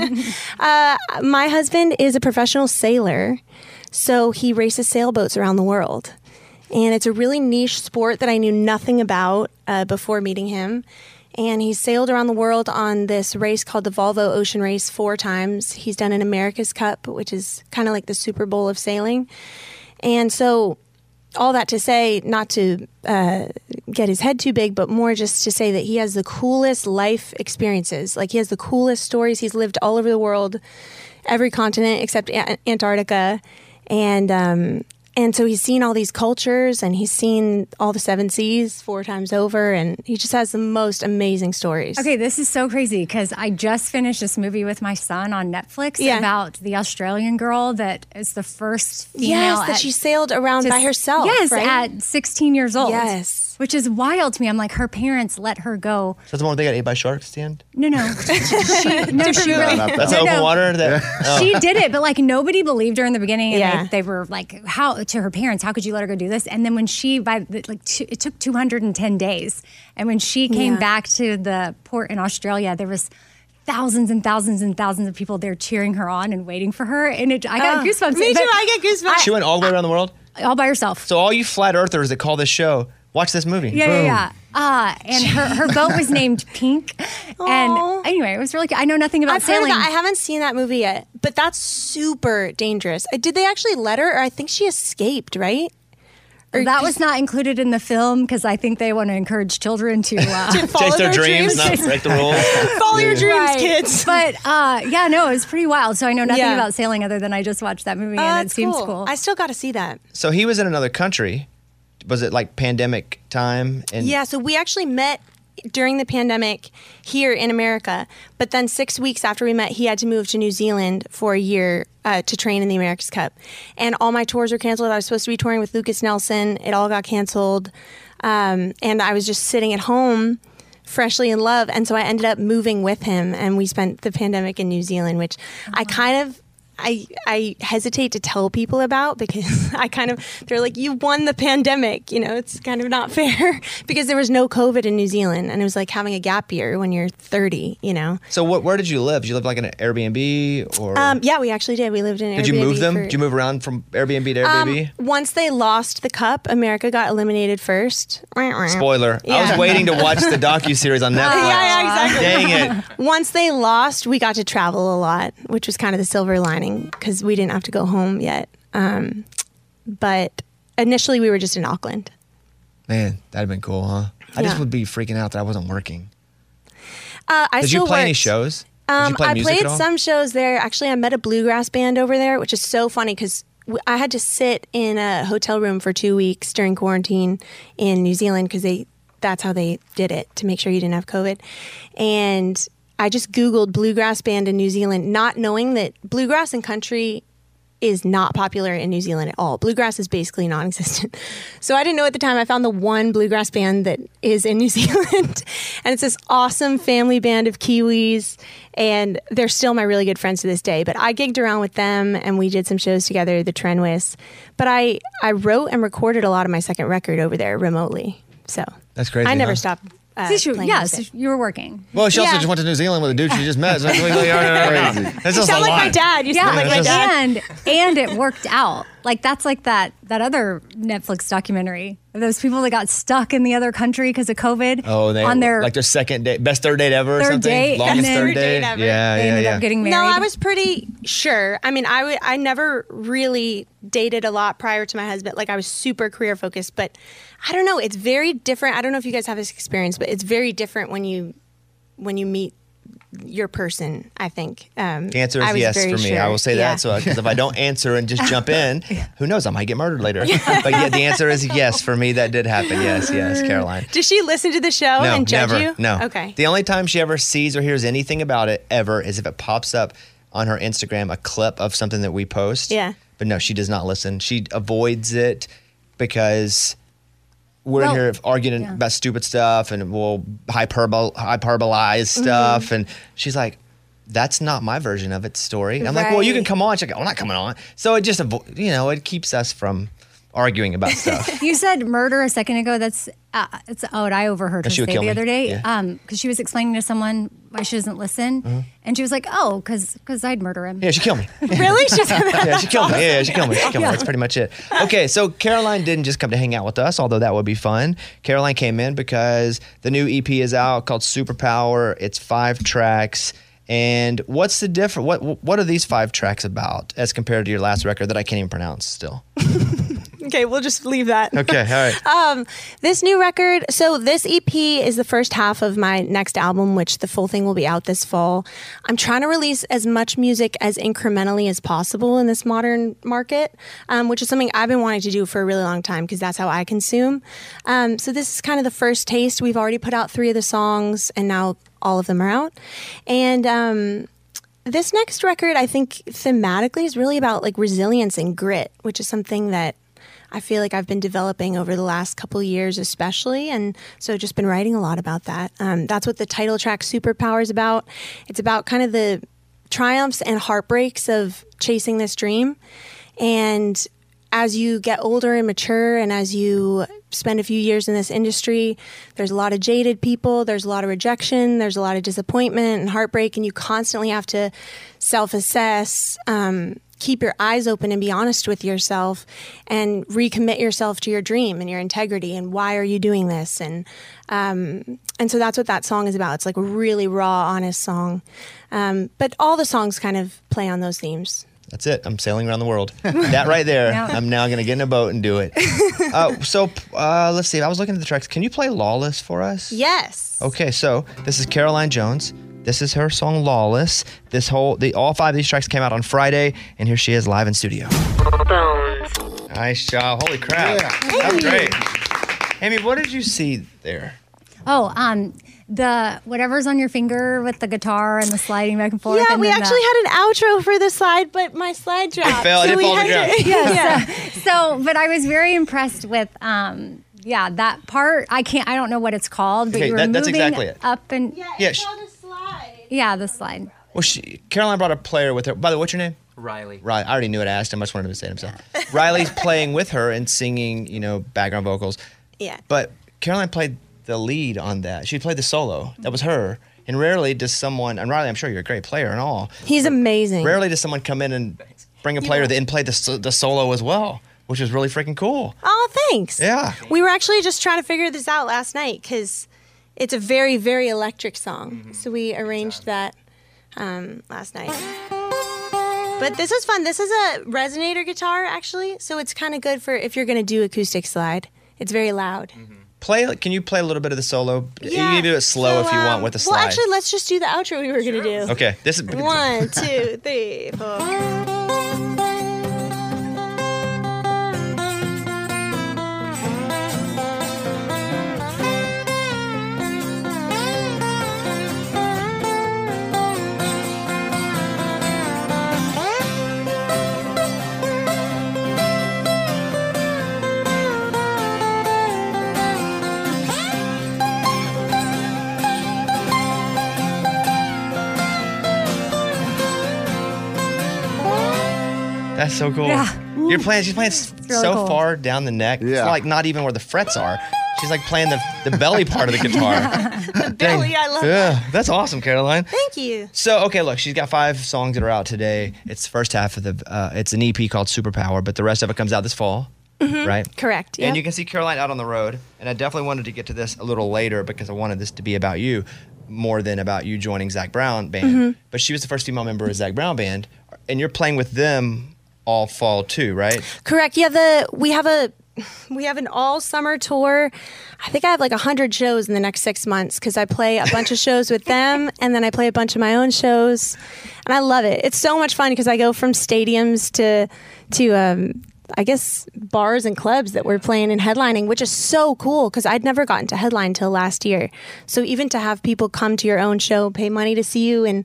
[SPEAKER 12] uh, my husband is a professional sailor, so he races sailboats around the world. And it's a really niche sport that I knew nothing about uh, before meeting him. And he's sailed around the world on this race called the Volvo Ocean Race four times. He's done an America's Cup, which is kind of like the Super Bowl of sailing. And so all that to say, not to uh, get his head too big, but more just to say that he has the coolest life experiences. Like he has the coolest stories. He's lived all over the world, every continent except A- Antarctica, and um, and so he's seen all these cultures and he's seen all the seven seas four times over, and he just has the most amazing stories.
[SPEAKER 3] Okay, this is so crazy because I just finished this movie with my son on Netflix
[SPEAKER 12] Yeah.
[SPEAKER 3] about the Australian girl that is the first female.
[SPEAKER 12] Yes, that she sailed around by herself,
[SPEAKER 3] Yes,
[SPEAKER 12] right?
[SPEAKER 3] at 16 years old.
[SPEAKER 12] Yes.
[SPEAKER 3] Which is wild to me. I'm like, her parents let her go.
[SPEAKER 1] So that's the one where they got ate by sharks at the end?
[SPEAKER 3] No, no. she, no, she
[SPEAKER 1] No,
[SPEAKER 3] really.
[SPEAKER 1] not that. That's
[SPEAKER 3] no,
[SPEAKER 1] open
[SPEAKER 3] no.
[SPEAKER 1] water. That, oh.
[SPEAKER 3] She did it, but like nobody believed her in the beginning. And
[SPEAKER 12] Yeah.
[SPEAKER 3] they, they were like, how to her parents, how could you let her go do this? And then when she, by the- like, two, it took 210 days. And when she came
[SPEAKER 12] Yeah.
[SPEAKER 3] back to the port in Australia, there was thousands and thousands and thousands of people there cheering her on and waiting for her. And it, I got
[SPEAKER 12] Oh,
[SPEAKER 3] goosebumps.
[SPEAKER 12] me
[SPEAKER 3] But
[SPEAKER 12] too, I get goosebumps.
[SPEAKER 1] She went all the way around the world?
[SPEAKER 3] all by herself.
[SPEAKER 1] So all you flat earthers that call this show, watch this movie.
[SPEAKER 3] Yeah, yeah, yeah. Uh, and her, her boat was named Pink. And anyway, it was really cute. I know nothing about
[SPEAKER 12] I've heard
[SPEAKER 3] sailing.
[SPEAKER 12] of that. I haven't seen that movie yet, but that's super dangerous. Uh, Did they actually let her, or I think she escaped, right? Or
[SPEAKER 3] that
[SPEAKER 12] 'cause-
[SPEAKER 3] was not included in the film because I think they want to encourage children to, uh,
[SPEAKER 1] Chase their dreams, not break the rules.
[SPEAKER 12] Follow your dreams,
[SPEAKER 3] Right.
[SPEAKER 12] kids.
[SPEAKER 3] But uh, yeah, no, it was pretty wild. So I know nothing
[SPEAKER 12] Yeah.
[SPEAKER 3] about sailing other than I just watched that movie
[SPEAKER 12] Oh,
[SPEAKER 3] and it
[SPEAKER 12] that's
[SPEAKER 3] seems
[SPEAKER 12] cool.
[SPEAKER 3] cool.
[SPEAKER 12] I still got to see that.
[SPEAKER 1] So he was in another country. Was it like pandemic time? And
[SPEAKER 12] yeah, so we actually met during the pandemic here in America, but then six weeks after we met, he had to move to New Zealand for a year uh, to train in the America's Cup. And all my tours were canceled. I was supposed to be touring with Lucas Nelson, it all got canceled. Um, and I was just sitting at home. Freshly in love, and so I ended up moving with him, and we spent the pandemic in New Zealand, which I kind of I I hesitate to tell people about because I kind of they're like you won the pandemic, you know, it's kind of not fair because there was no COVID in New Zealand and it was like having a gap year when you're 30, you know.
[SPEAKER 1] So what, where did you live? Did you live like in an Airbnb or?
[SPEAKER 12] Um, yeah, we actually did. We lived in. an
[SPEAKER 1] did you
[SPEAKER 12] Airbnb
[SPEAKER 1] move them?
[SPEAKER 12] for-
[SPEAKER 1] did you move around from Airbnb to
[SPEAKER 12] Um,
[SPEAKER 1] Airbnb?
[SPEAKER 12] once they lost the cup, America got eliminated first.
[SPEAKER 1] Spoiler. I
[SPEAKER 12] Yeah.
[SPEAKER 1] was waiting to watch the docu series on Netflix.
[SPEAKER 12] Yeah, yeah, exactly.
[SPEAKER 1] Dang it.
[SPEAKER 12] Once they lost, we got to travel a lot, which was kind of the silver lining because we didn't have to go home yet. Um, but initially, we were just in Auckland.
[SPEAKER 1] Man, that'd have been cool, huh? I just
[SPEAKER 12] Yeah.
[SPEAKER 1] would be freaking out that I wasn't working.
[SPEAKER 12] Uh, I
[SPEAKER 1] did
[SPEAKER 12] still
[SPEAKER 1] you play any
[SPEAKER 12] worked.
[SPEAKER 1] shows? did
[SPEAKER 12] Um,
[SPEAKER 1] you play
[SPEAKER 12] I
[SPEAKER 1] music
[SPEAKER 12] played
[SPEAKER 1] at all?
[SPEAKER 12] some shows there. Actually, I met a bluegrass band over there, which is so funny because I had to sit in a hotel room for two weeks during quarantine in New Zealand because they that's how they did it to make sure you didn't have COVID. And I just Googled bluegrass band in New Zealand, not knowing that bluegrass and country is not popular in New Zealand at all. Bluegrass is basically non existent. So I didn't know at the time. I found the one bluegrass band that is in New Zealand. and it's this awesome family band of Kiwis. And they're still my really good friends to this day. But I gigged around with them and we did some shows together, the Trenwis. But I, I wrote and recorded a lot of my second record over there remotely. So
[SPEAKER 1] That's crazy.
[SPEAKER 12] I never
[SPEAKER 1] huh?
[SPEAKER 12] stopped. Uh,
[SPEAKER 3] Yes,
[SPEAKER 12] playing music.
[SPEAKER 3] you were working.
[SPEAKER 1] Well, she also
[SPEAKER 12] Yeah.
[SPEAKER 1] just went to New Zealand with a dude she just met. So it's like, yeah, yeah, yeah, yeah.
[SPEAKER 12] Crazy.
[SPEAKER 1] That's
[SPEAKER 12] You
[SPEAKER 1] just
[SPEAKER 12] sound
[SPEAKER 1] a
[SPEAKER 12] like my
[SPEAKER 1] lot.
[SPEAKER 12] dad. You sound
[SPEAKER 1] Yeah,
[SPEAKER 12] like my
[SPEAKER 1] that's
[SPEAKER 12] dad.
[SPEAKER 3] And and it worked out Like that's like that that other Netflix documentary of those people that got stuck in the other country because of COVID.
[SPEAKER 1] Oh, they,
[SPEAKER 3] on their
[SPEAKER 1] like their second date, best third date ever, or
[SPEAKER 3] Third
[SPEAKER 1] something.
[SPEAKER 3] date, and
[SPEAKER 1] Longest
[SPEAKER 3] then-
[SPEAKER 1] third
[SPEAKER 3] Third
[SPEAKER 1] date.
[SPEAKER 3] date
[SPEAKER 1] Yeah,
[SPEAKER 3] ever.
[SPEAKER 1] yeah,
[SPEAKER 3] ended
[SPEAKER 1] yeah.
[SPEAKER 3] up getting
[SPEAKER 12] No,
[SPEAKER 3] married?
[SPEAKER 12] I was pretty sure. I mean, I would. I never really dated a lot prior to my husband. Like I was super career focused, but I don't know. It's very different. I don't know if you guys have this experience, but it's very different when you when you meet your person. I think um,
[SPEAKER 1] The answer
[SPEAKER 12] I
[SPEAKER 1] is
[SPEAKER 12] was
[SPEAKER 1] yes for
[SPEAKER 12] very
[SPEAKER 1] me.
[SPEAKER 12] sure.
[SPEAKER 1] I will say
[SPEAKER 12] Yeah.
[SPEAKER 1] that. So, because if I don't answer and just jump in, who knows? I might get murdered later. But yeah, the answer is yes for me. That did happen. Yes, yes, Caroline.
[SPEAKER 12] Does she listen to the show
[SPEAKER 1] no,
[SPEAKER 12] Oh, and judge
[SPEAKER 1] never.
[SPEAKER 12] you?
[SPEAKER 1] No.
[SPEAKER 12] Okay.
[SPEAKER 1] The only time she ever sees or hears anything about it ever is if it pops up on her Instagram a clip of something that we post.
[SPEAKER 12] Yeah.
[SPEAKER 1] But no, she does not listen. She avoids it because we're
[SPEAKER 12] Well,
[SPEAKER 1] in here arguing
[SPEAKER 12] yeah.
[SPEAKER 1] about stupid stuff and we'll hyperbol- hyperbolize
[SPEAKER 12] Mm-hmm.
[SPEAKER 1] stuff. And she's like, that's not my version of its story. I'm like, well, you can
[SPEAKER 12] Right.
[SPEAKER 1] come on. She's like, I'm not coming on. So it just, avo- you know, it keeps us from arguing about stuff.
[SPEAKER 3] you said murder a second ago. That's uh, it's oh, and I overheard her
[SPEAKER 1] That she
[SPEAKER 3] say
[SPEAKER 1] would kill
[SPEAKER 3] the
[SPEAKER 1] me.
[SPEAKER 3] other day
[SPEAKER 1] Yeah. Mm-hmm.
[SPEAKER 3] because she was explaining to someone why she doesn't listen, and she was like, "Oh, because because I'd murder him."
[SPEAKER 1] Yeah, she killed me.
[SPEAKER 3] Really? She's-
[SPEAKER 1] yeah, she killed me. Yeah, yeah, she killed me. She killed me.
[SPEAKER 3] Yeah.
[SPEAKER 1] That's pretty much it. Okay, so Caroline didn't just come to hang out with us, although that would be fun. Caroline came in because the new EP is out called Superpower. It's five tracks. And what's the difference? What What are these five tracks about as compared to your last record that I can't even pronounce still?
[SPEAKER 12] Okay, we'll just leave that.
[SPEAKER 1] Okay, all right.
[SPEAKER 12] um, this new record, so this EP is the first half of my next album, which the full thing will be out this fall. I'm trying to release as much music as incrementally as possible in this modern market, um, which is something I've been wanting to do for a really long time because that's how I consume. Um, so this is kind of the first taste. We've already put out three of the songs, and now all of them are out. And um, this next record, I think thematically, is really about like resilience and grit, which is something that I feel like I've been developing over the last couple years, especially, and so just been writing a lot about that. Um, that's what the title track "Superpower" is about. It's about kind of the triumphs and heartbreaks of chasing this dream, and as you get older and mature, and as you spend a few years in this industry, there's a lot of jaded people, there's a lot of rejection, there's a lot of disappointment and heartbreak, and you constantly have to self assess, um, keep your eyes open, and be honest with yourself, and recommit yourself to your dream and your integrity, and why are you doing this? And um, and so that's what that song is about. It's like a really raw, honest song, um, but all the songs kind of play on those themes.
[SPEAKER 1] That's it. I'm sailing around the world. That right there.
[SPEAKER 12] Yeah.
[SPEAKER 1] I'm now going to get in a boat and do it. Uh, so uh, let's see. I was looking at the tracks. Can you play Lawless for us?
[SPEAKER 12] Yes.
[SPEAKER 1] Okay, so this is Caroline Jones. This is her song "Lawless." This whole, the all five of these tracks came out on Friday, and here she is live in studio. Nice job! Holy crap!
[SPEAKER 3] Yeah.
[SPEAKER 1] That was
[SPEAKER 3] Hey.
[SPEAKER 1] great. Amy, what did you see there?
[SPEAKER 3] Oh, um, the whatever's on your finger with the guitar and the sliding back and forth.
[SPEAKER 12] Yeah,
[SPEAKER 3] and
[SPEAKER 12] we
[SPEAKER 3] then the-
[SPEAKER 12] actually had an outro for the slide, but my slide dropped.
[SPEAKER 1] fell. It
[SPEAKER 12] So
[SPEAKER 1] did
[SPEAKER 12] we
[SPEAKER 1] fall to
[SPEAKER 12] had
[SPEAKER 1] the ground.
[SPEAKER 12] to-
[SPEAKER 3] yeah.
[SPEAKER 12] yeah.
[SPEAKER 3] So, so, but I was very impressed with, um, yeah, that part. I can't. I don't know what it's called, but
[SPEAKER 1] Okay,
[SPEAKER 3] you were
[SPEAKER 1] that- that's
[SPEAKER 3] moving
[SPEAKER 1] exactly it.
[SPEAKER 3] up and yeah,
[SPEAKER 1] Yeah, sh-
[SPEAKER 3] the slide.
[SPEAKER 1] well, she, Caroline brought a player with her. By the way, what's your name?
[SPEAKER 2] Riley.
[SPEAKER 1] Riley. I already knew it. I asked him. I just wanted him to say it himself. Riley's playing with her and singing, you know, background vocals.
[SPEAKER 12] Yeah.
[SPEAKER 1] But Caroline played the lead on that. She played the solo. That was her. And rarely does someone, and Riley, I'm sure you're a great player and all,
[SPEAKER 12] He's amazing.
[SPEAKER 1] Rarely does someone come in and bring a player that and play the, so- the solo as well, which is really freaking cool.
[SPEAKER 12] Oh, thanks.
[SPEAKER 1] Yeah.
[SPEAKER 12] We were actually just trying to figure this out last night because it's a very, very electric song.
[SPEAKER 1] Mm-hmm.
[SPEAKER 12] So we arranged that um, last night. But this is fun. This is a resonator guitar, actually. So it's kind of good for if you're going to do acoustic slide. It's very loud.
[SPEAKER 1] Play. Can you play a little bit of the solo?
[SPEAKER 12] Yeah.
[SPEAKER 1] Mm-hmm. You can do it slow
[SPEAKER 12] So,
[SPEAKER 1] if you
[SPEAKER 12] um,
[SPEAKER 1] want with the slide.
[SPEAKER 12] Well, actually, let's just do the outro we were going to do.
[SPEAKER 1] okay. This is
[SPEAKER 12] One, two, three, four.
[SPEAKER 1] That's so cool.
[SPEAKER 3] Yeah.
[SPEAKER 1] You're playing. She's playing s-
[SPEAKER 3] really
[SPEAKER 1] so
[SPEAKER 3] cool.
[SPEAKER 1] far down the neck. It's like not even where the frets are. She's like playing the, the belly part of the guitar.
[SPEAKER 12] the belly, I love that.
[SPEAKER 1] yeah, that's awesome, Caroline.
[SPEAKER 12] Thank you.
[SPEAKER 1] So okay, look, she's got five songs that are out today. It's the first half of the. Uh, it's an EP called Superpower, but the rest of it comes out this fall,
[SPEAKER 12] Mhm.
[SPEAKER 1] right?
[SPEAKER 12] Correct.
[SPEAKER 1] And
[SPEAKER 12] yep.
[SPEAKER 1] you can see Caroline out on the road. And I definitely wanted to get to this a little later because I wanted this to be about you more than about you joining Zach Brown band.
[SPEAKER 12] Mhm.
[SPEAKER 1] But she was the first female member of Zach Brown band, and you're playing with them all fall too, right?
[SPEAKER 12] Correct. Yeah, the we have a we have an all summer tour. I think I have like hundred shows in the next six months because I play a bunch of shows with them, and then I play a bunch of my own shows, and I love it. It's so much fun because I go from stadiums to to um, I guess bars and clubs that we're playing and headlining, which is so cool because I'd never gotten to headline till last year. So even to have people come to your own show, pay money to see you in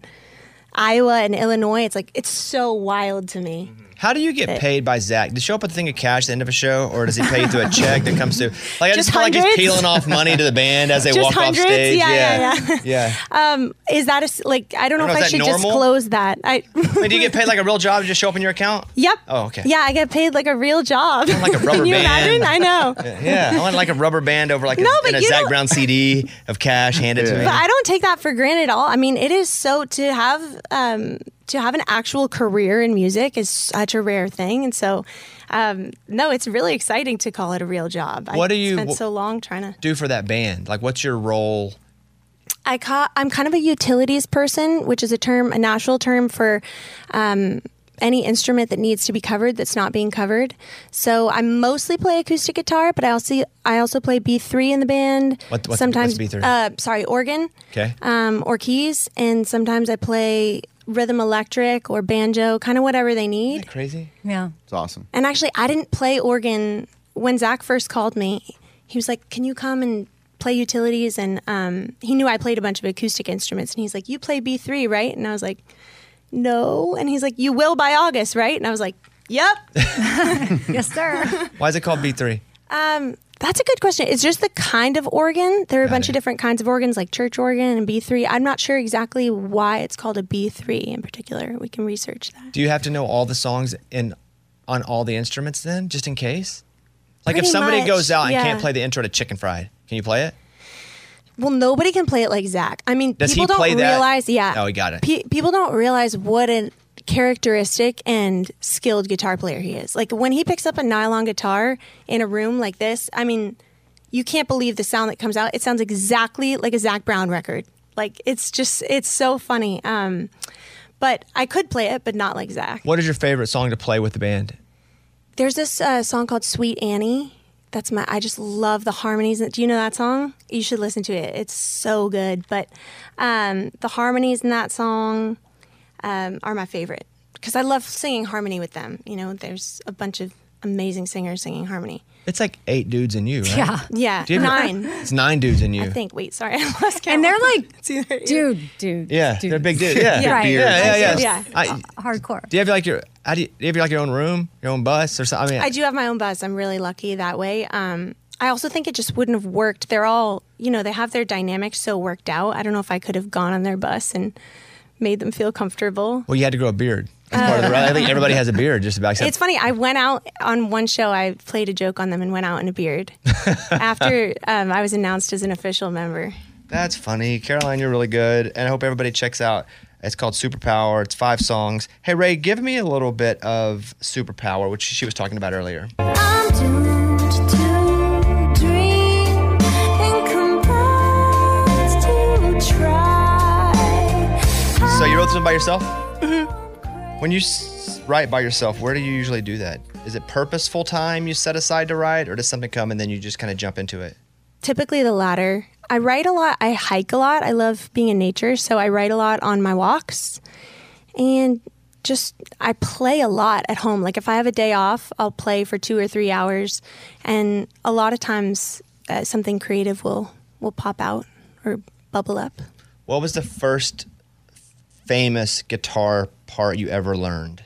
[SPEAKER 12] Iowa and Illinois, it's like it's so wild to me.
[SPEAKER 1] How do you get
[SPEAKER 12] It-
[SPEAKER 1] paid by Zach? Does he show up with a thing of cash at the end of a show, or does he pay you through a check that comes through? Like I just,
[SPEAKER 12] Just
[SPEAKER 1] feel like he's
[SPEAKER 12] hundreds?
[SPEAKER 1] peeling off money to the band as they
[SPEAKER 12] Just
[SPEAKER 1] walk
[SPEAKER 12] hundreds?
[SPEAKER 1] off stage.
[SPEAKER 12] Yeah, yeah,
[SPEAKER 1] yeah. yeah.
[SPEAKER 12] Um, is that a s- like? I don't know
[SPEAKER 1] I don't know,
[SPEAKER 12] if
[SPEAKER 1] is
[SPEAKER 12] I
[SPEAKER 1] that
[SPEAKER 12] should
[SPEAKER 1] normal?
[SPEAKER 12] disclose that. I.
[SPEAKER 1] I mean, do you get paid like a real job to just show up in your account?
[SPEAKER 12] yep.
[SPEAKER 1] Oh, okay.
[SPEAKER 12] Yeah, I get paid like a real job.
[SPEAKER 1] Like a rubber
[SPEAKER 12] Can you
[SPEAKER 1] band.
[SPEAKER 12] imagine? I know.
[SPEAKER 1] Yeah, I want like a rubber band over like a,
[SPEAKER 12] No, but
[SPEAKER 1] and a
[SPEAKER 12] you
[SPEAKER 1] Zach
[SPEAKER 12] don't-
[SPEAKER 1] Brown CD of cash handed to me.
[SPEAKER 12] But I don't take that for granted at all. I mean, it is so to have um, to have an actual career in music is such a rare thing, and so um, no, it's really exciting to call it a real job.
[SPEAKER 1] What
[SPEAKER 12] I
[SPEAKER 1] do you-
[SPEAKER 12] spent so long trying to?
[SPEAKER 1] do for that band? Like, what's your role?
[SPEAKER 12] I ca- I'm kind of a utilities person, which is a term, a natural term for um, any instrument that needs to be covered that's not being covered. So I mostly play acoustic guitar, but I also I also play B3 in the band.
[SPEAKER 1] What- what-
[SPEAKER 12] sometimes
[SPEAKER 1] what's B3?
[SPEAKER 12] Uh, sorry, organ
[SPEAKER 1] Okay.
[SPEAKER 12] um, or keys, and sometimes I play rhythm electric or banjo, kind of whatever they need.
[SPEAKER 1] Crazy.
[SPEAKER 12] Yeah.
[SPEAKER 6] It's awesome.
[SPEAKER 12] And actually, I didn't play organ when Zach first called me. He was like, "Can you come and play utilities?" And um, he knew I played a bunch of acoustic instruments, and he's like, "You play B three, right?" And I was like, "No." And he's like, "You will by August, right?" And I was like, "Yep." yes, sir.
[SPEAKER 1] Why is it called B three?
[SPEAKER 12] Um, that's a good question. It's just the kind of organ. There are a bunch of different kinds of organs, like church organ and B three. I'm not sure exactly why it's called a B three in particular. We can research that.
[SPEAKER 1] Do you have to know all the songs in on all the instruments then, just in case? Like
[SPEAKER 12] Pretty
[SPEAKER 1] if somebody
[SPEAKER 12] much,
[SPEAKER 1] goes out and
[SPEAKER 12] yeah.
[SPEAKER 1] can't play the intro to Chicken Fried, can you play it?
[SPEAKER 12] Well, nobody can play it like Zach. I mean,
[SPEAKER 1] Does
[SPEAKER 12] people
[SPEAKER 1] he play
[SPEAKER 12] don't
[SPEAKER 1] that?
[SPEAKER 12] realize. Yeah.
[SPEAKER 1] Oh, he got it.
[SPEAKER 12] Pe- people don't realize what a characteristic and skilled guitar player he is. Like when he picks up a nylon guitar in a room like this, I mean, you can't believe the sound that comes out. It sounds exactly like a Zach Brown record. Like it's just, it's so funny. Um, but I could play it, but not like Zach.
[SPEAKER 1] What is your favorite song to play with the band?
[SPEAKER 12] There's this uh, song called "Sweet Annie." That's my. I just love the harmonies. Do you know that song? You should listen to it. It's so good. But um, the harmonies in that song um, are my favorite because I love singing harmony with them. You know, there's a bunch of amazing singers singing harmony.
[SPEAKER 1] It's like eight dudes in you, right?
[SPEAKER 12] Yeah. Yeah,
[SPEAKER 1] Do you ever-
[SPEAKER 12] nine.
[SPEAKER 1] It's nine dudes in you.
[SPEAKER 12] I think. Wait, sorry, I lost count. And they're like, dude, dude.
[SPEAKER 1] Yeah, they're big dudes. Yeah,
[SPEAKER 12] Yeah, Right.
[SPEAKER 1] yeah, yeah.
[SPEAKER 12] Yeah.
[SPEAKER 1] I-
[SPEAKER 12] Hardcore.
[SPEAKER 1] do you have like your? How do you, do you have like your own room, your own bus, or something? I mean,
[SPEAKER 12] I do have my own bus. I'm really lucky that way. Um, I also think it just wouldn't have worked. They're all, you know, they have their dynamics so worked out. I don't know if I could have gone on their bus and made them feel comfortable.
[SPEAKER 1] Well, you had to grow a beard. That's part of the, I think everybody has a beard, just about. Except
[SPEAKER 12] It's funny. I went out on one show. I played a joke on them and went out in a beard after um, I was announced as an official member.
[SPEAKER 1] That's funny. Caroline, you're really good. And I hope everybody checks out. It's called Superpower. It's five songs. Hey, Ray, give me a little bit of Superpower, which she was talking about earlier.
[SPEAKER 5] I'm doomed to dream and compelled to try.
[SPEAKER 1] So you wrote this one by yourself?
[SPEAKER 12] Mm-hmm.
[SPEAKER 1] When you s- write by yourself, where do you usually do that? Is it purposeful time you set aside to write, or does something come and then you just kind of jump into it?
[SPEAKER 12] Typically the latter. I write a lot. I hike a lot. I love being in nature, so I write a lot on my walks. And just I play a lot at home. Like if I have a day off, I'll play for 2 or 3 hours and a lot of times uh, something creative will will pop out or bubble up.
[SPEAKER 1] What was the first famous guitar part you ever learned?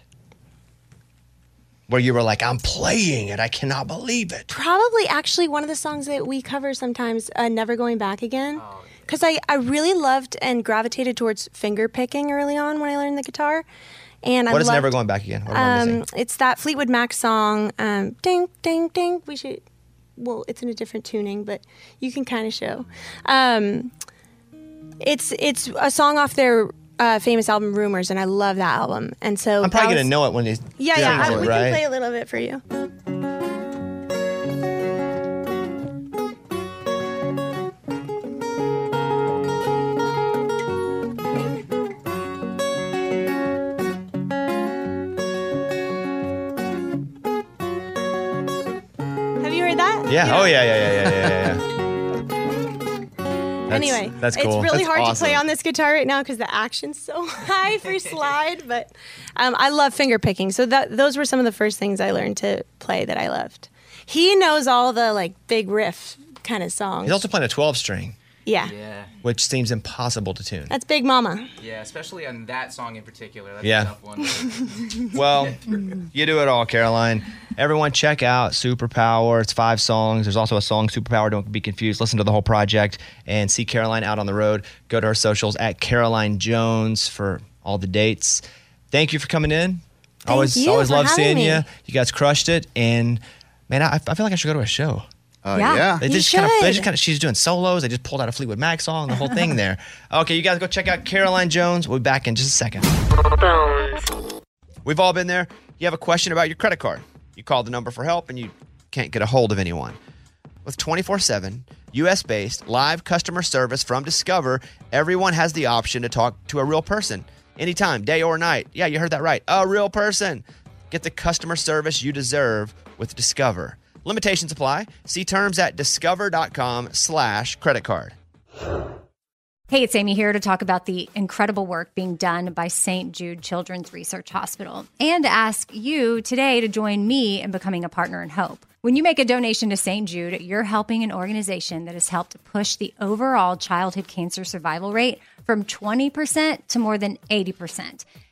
[SPEAKER 1] Where you were like, I'm playing it. I cannot believe it.
[SPEAKER 12] Probably actually one of the songs that we cover sometimes, uh, Never Going Back Again.
[SPEAKER 1] Oh,
[SPEAKER 12] Because I, I really loved and gravitated towards finger picking early on when I learned the guitar. And
[SPEAKER 1] what
[SPEAKER 12] I
[SPEAKER 1] is
[SPEAKER 12] loved,
[SPEAKER 1] never going back again? What am I missing?
[SPEAKER 12] Um, it's that Fleetwood Mac song, um, ding, ding, ding. We should well, it's in a different tuning, but you can kind of show. Um, it's it's a song off their uh, famous album Rumors, and I love that album. And so
[SPEAKER 1] I'm probably
[SPEAKER 12] that
[SPEAKER 1] going to
[SPEAKER 12] was-
[SPEAKER 1] know it when he
[SPEAKER 12] Yeah, yeah. I-
[SPEAKER 1] sings
[SPEAKER 12] we
[SPEAKER 1] it, right?
[SPEAKER 12] can play a little bit for you. Have you heard that?
[SPEAKER 1] Yeah. Oh yeah, yeah, yeah, yeah, yeah, yeah, yeah. That's-
[SPEAKER 12] anyway,
[SPEAKER 1] that's cool.
[SPEAKER 12] It's really
[SPEAKER 1] That's
[SPEAKER 12] hard to play
[SPEAKER 1] awesome.
[SPEAKER 12] on this guitar right now because the action's so high for slide. But um, I love finger picking, so that, those were some of the first things I learned to play that I loved. He knows all the like big riff kind of songs.
[SPEAKER 1] He's also playing a 12 string,
[SPEAKER 12] yeah.
[SPEAKER 1] which seems impossible to tune.
[SPEAKER 12] that's Big Mama.
[SPEAKER 13] Yeah, especially on that song in particular. That's
[SPEAKER 1] Yeah.
[SPEAKER 13] a tough one.
[SPEAKER 1] Well, you do it all, Caroline. Everyone, check out Superpower. It's five songs. There's also a song, Superpower. Don't be confused. Listen to the whole project and see Caroline out on the road. Go to our socials at Caroline Jones for all the dates. Thank you for coming in. always,
[SPEAKER 12] you
[SPEAKER 1] always
[SPEAKER 12] for
[SPEAKER 1] love
[SPEAKER 12] having
[SPEAKER 1] seeing
[SPEAKER 12] me.
[SPEAKER 1] you. You guys crushed it, and man, I, I feel like I should go to a show.
[SPEAKER 12] Uh, Yeah, yeah.
[SPEAKER 1] They
[SPEAKER 12] you
[SPEAKER 1] just kind of, they
[SPEAKER 12] should.
[SPEAKER 1] just kind of, she's doing solos. They just pulled out a Fleetwood Mac song, the whole thing there. Okay, you guys go check out Caroline Jones. We'll be back in just a second. We've all been there. You have a question about your credit card. You call the number for help and you can't get a hold of anyone. With 24 7, US based live customer service from Discover, everyone has the option to talk to a real person anytime, day or night. Yeah, you heard that right. A real person. Get the customer service you deserve with Discover. Limitations apply. See terms at discover.com slash credit card.
[SPEAKER 3] Hey, it's Amy here to talk about the incredible work being done by St. Jude Children's Research Hospital and ask you today to join me in becoming a partner in hope. When you make a donation to St. Jude, you're helping an organization that has helped push the overall childhood cancer survival rate from 20% to more than 80%.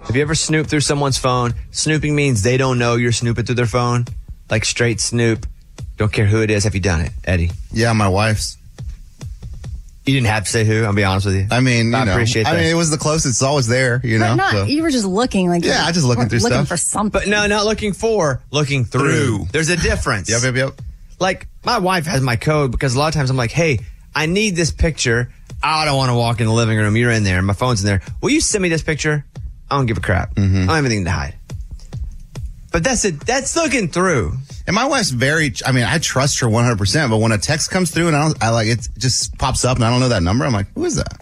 [SPEAKER 1] Have you ever snooped through someone's phone? Snooping means they don't know you're snooping through their phone. Like straight snoop. Don't care who it is. Have you done it, Eddie?
[SPEAKER 6] Yeah, my wife's.
[SPEAKER 1] You didn't have to say who. I'll be honest with you.
[SPEAKER 6] I mean, you
[SPEAKER 1] I
[SPEAKER 6] know,
[SPEAKER 1] appreciate
[SPEAKER 6] I mean,
[SPEAKER 1] that.
[SPEAKER 6] it was the closest. It's always there, you know.
[SPEAKER 3] But not,
[SPEAKER 6] so.
[SPEAKER 3] you were just looking like
[SPEAKER 6] Yeah,
[SPEAKER 3] you
[SPEAKER 6] I just looking
[SPEAKER 3] weren't
[SPEAKER 6] through
[SPEAKER 3] looking
[SPEAKER 6] stuff.
[SPEAKER 3] for something.
[SPEAKER 1] But no, not looking for, looking through. There's a difference. yep,
[SPEAKER 6] yep, yep.
[SPEAKER 1] Like my wife has my code because a lot of times I'm like, hey, I need this picture. I don't want to walk in the living room. You're in there. My phone's in there. Will you send me this picture? I don't give a crap.
[SPEAKER 6] Mm-hmm.
[SPEAKER 1] I don't have anything to hide. But that's it. That's looking through.
[SPEAKER 6] And my wife's very. I mean, I trust her one hundred percent. But when a text comes through and I, don't, I like it, just pops up and I don't know that number. I'm like, who is that?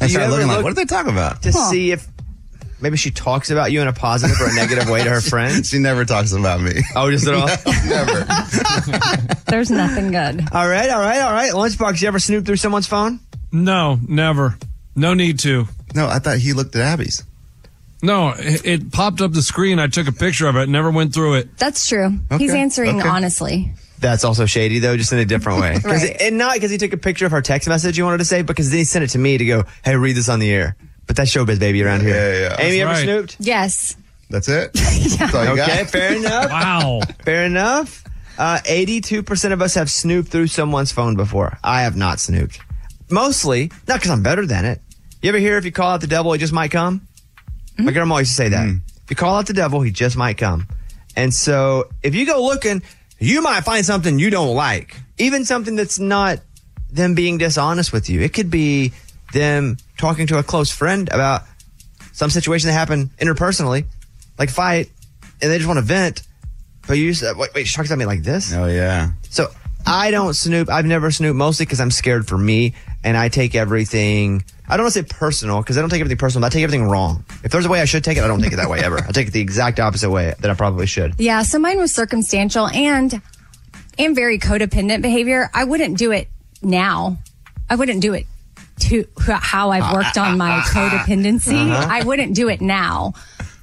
[SPEAKER 6] I
[SPEAKER 1] you
[SPEAKER 6] start
[SPEAKER 1] ever
[SPEAKER 6] looking like,
[SPEAKER 1] look
[SPEAKER 6] what did they talk about?
[SPEAKER 1] to see if maybe she talks about you in a positive or a negative way to her friends.
[SPEAKER 6] She never talks about me.
[SPEAKER 1] Oh, just at all?
[SPEAKER 3] There's nothing good.
[SPEAKER 1] All right, all right, all right. Lunchbox, you ever snoop through someone's phone?
[SPEAKER 7] No, never. No need to.
[SPEAKER 6] No, I thought he looked at Abby's.
[SPEAKER 7] No, it, it popped up the screen. I took a picture of it. Never went through it.
[SPEAKER 3] That's true. He's
[SPEAKER 7] Okay,
[SPEAKER 3] answering
[SPEAKER 7] okay.
[SPEAKER 3] honestly.
[SPEAKER 1] That's also shady though, just in a different way. 'Cause it- and not because he took a picture of her text message you wanted to say, because then he sent it to me to go, hey, read this on the air. But that's showbiz baby around here. Yeah, yeah. Amy, ever snooped?
[SPEAKER 3] Yes.
[SPEAKER 6] That's it. That's all you got?
[SPEAKER 1] okay, fair enough.
[SPEAKER 7] wow.
[SPEAKER 1] Fair enough. Uh, 82% of us have snooped through someone's phone before. I have not snooped. Mostly, not because I'm better than it. You ever hear if you call out the devil, he just might come? My grandma always used to say that. If you call out the devil, he just might come. And so if you go looking, you might find something you don't like. Even something that's not them being dishonest with you. It could be them talking to a close friend about some situation that happened interpersonally, like fight, and they just want to vent. But you just, uh, wait, wait, she talks about me like this? Oh, yeah. So I don't snoop. I've never snooped mostly because I'm scared for me and I take everything. I don't want to say personal because I don't take everything personal. But I take everything wrong. If there's a way I should take it, I don't take it that way ever. I take it the exact opposite way that I probably should.
[SPEAKER 3] Yeah, so mine was circumstantial and and very codependent behavior. I wouldn't do it now. I wouldn't do it to how I've worked on my codependency.
[SPEAKER 14] Uh-huh.
[SPEAKER 3] I wouldn't do it now.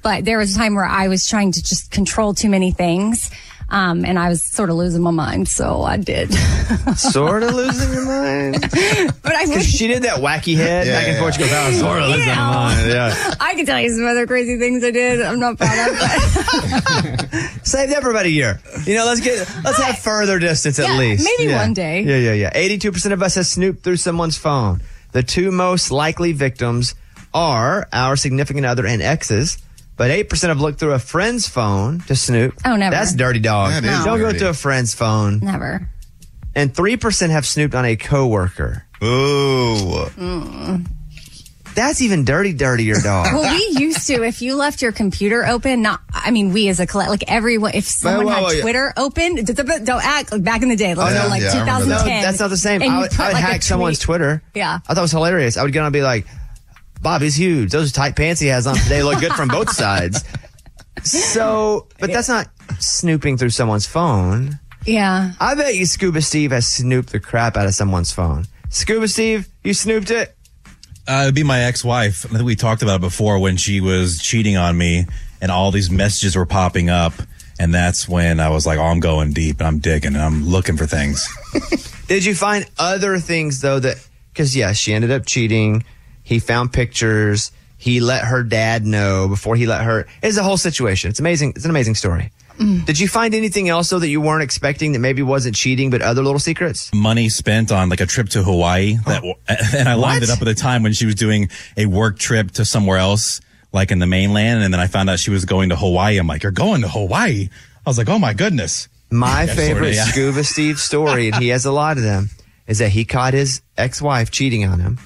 [SPEAKER 3] But there was a time where I was trying to just control too many things. Um, and I was sort of losing my mind, so I did.
[SPEAKER 1] sort of losing your mind.
[SPEAKER 3] but I would,
[SPEAKER 1] she did that wacky head
[SPEAKER 5] Yeah,
[SPEAKER 1] back and
[SPEAKER 5] yeah.
[SPEAKER 1] forth. She goes, "Oh, sort of losing
[SPEAKER 3] Yeah.
[SPEAKER 1] my mind." Yeah.
[SPEAKER 3] I could tell you some other crazy things I did. I'm not proud of.
[SPEAKER 1] Save that for about a year. You know, let's get let's have further distance at
[SPEAKER 3] Yeah,
[SPEAKER 1] least.
[SPEAKER 3] maybe one day.
[SPEAKER 1] Yeah, yeah, yeah. Eighty-two percent of us have snooped through someone's phone. The two most likely victims are our significant other and exes. But eight percent have looked through a friend's phone to snoop.
[SPEAKER 3] Oh, never.
[SPEAKER 1] That's dirty dog.
[SPEAKER 3] That is
[SPEAKER 1] Don't
[SPEAKER 3] dirty.
[SPEAKER 1] go through a friend's phone.
[SPEAKER 3] Never.
[SPEAKER 1] And three percent have snooped on a coworker. Ooh.
[SPEAKER 3] Mm.
[SPEAKER 1] That's even dirty, dirtier dog.
[SPEAKER 3] well, we used to. If you left your computer open, not I mean, we as a collect, like everyone. If someone
[SPEAKER 1] whoa, whoa,
[SPEAKER 3] had
[SPEAKER 1] yeah.
[SPEAKER 3] Twitter open, d- d- d- don't act like back in the day. Let's
[SPEAKER 1] Oh,
[SPEAKER 3] go
[SPEAKER 1] yeah,
[SPEAKER 3] like
[SPEAKER 1] yeah, I remember
[SPEAKER 3] 2010.
[SPEAKER 1] that. No, that's not the same.
[SPEAKER 3] And
[SPEAKER 1] I
[SPEAKER 3] you
[SPEAKER 1] would,
[SPEAKER 3] put,
[SPEAKER 1] I would
[SPEAKER 3] like, a
[SPEAKER 1] hack someone's
[SPEAKER 3] tweet-
[SPEAKER 1] Twitter.
[SPEAKER 3] Yeah.
[SPEAKER 1] I thought it was hilarious. I would get on and be like, Bobby's huge. Those tight pants he has on today look good from both sides. So, but that's not snooping through someone's phone.
[SPEAKER 3] Yeah.
[SPEAKER 1] I bet you Scuba Steve has snooped the crap out of someone's phone. Scuba Steve, you snooped it.
[SPEAKER 15] Uh, it'd be my ex-wife. I think we talked about it before when she was cheating on me, and all these messages were popping up, and that's when I was like, "Oh, I'm going deep, and I'm digging, and I'm looking for things."
[SPEAKER 1] Did you find other things though that because yeah, she ended up cheating. He found pictures. He let her dad know before he let her. It's a whole situation. It's amazing. It's an amazing story. Did you find anything else though that you weren't expecting that maybe wasn't cheating, but other little secrets?
[SPEAKER 15] Money spent on like a trip to Hawaii, that, and I lined it up at a time when she was doing a work trip to somewhere else, like in the mainland, and then I found out she was going to Hawaii. I'm like, "You're going to Hawaii?" I was like, "Oh my goodness!"
[SPEAKER 1] My
[SPEAKER 15] Yeah, sorta,
[SPEAKER 1] favorite
[SPEAKER 15] yeah.
[SPEAKER 1] Scuba Steve story, and he has a lot of them, is that he caught his ex wife cheating on him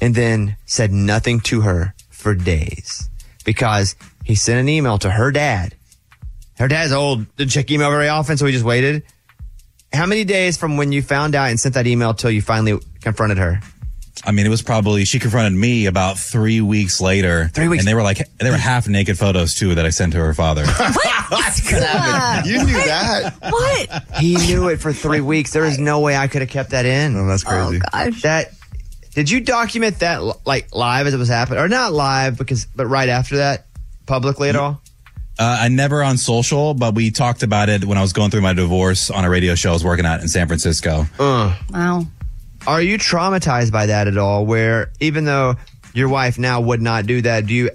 [SPEAKER 1] and then said nothing to her for days because he sent an email to her dad. Her dad's old, didn't check email very often, so he just waited. How many days from when you found out and sent that email till you finally confronted her?
[SPEAKER 15] I mean, it was probably she confronted me about three weeks later. Three weeks, and they were like, they were half naked photos too that I sent to her father.
[SPEAKER 3] You
[SPEAKER 5] knew that.
[SPEAKER 3] What?
[SPEAKER 1] He knew it for three weeks. There is no way I could have kept that in. Oh, that's crazy. That did you document that li- like live as it was happening, or not live because but right after that publicly at all?
[SPEAKER 15] Uh, I never on social, but we talked about it when I was going through my divorce on a radio show I was working at in San Francisco.
[SPEAKER 3] Wow.
[SPEAKER 1] Are you traumatized by that at all? Where even though your wife now would not do that, do you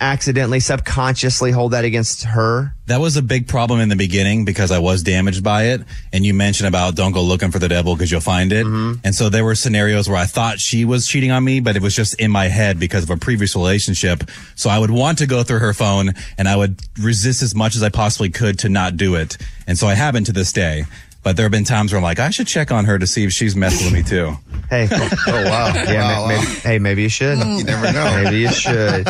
[SPEAKER 1] accidentally, subconsciously hold that against her?
[SPEAKER 15] That was a big problem in the beginning because I was damaged by it. And you mentioned about don't go looking for the devil because you'll find it. And so there were scenarios where I thought she was cheating on me, but it was just in my head because of a previous relationship. So I would want to go through her phone and I would resist as much as I possibly could to not do it. And so I haven't to this day. But there have been times where I'm like, I should check on her to see if she's messing with me too.
[SPEAKER 1] Hey, oh wow, yeah, ma- maybe, hey, maybe you should.
[SPEAKER 15] You never know.
[SPEAKER 1] Maybe you should.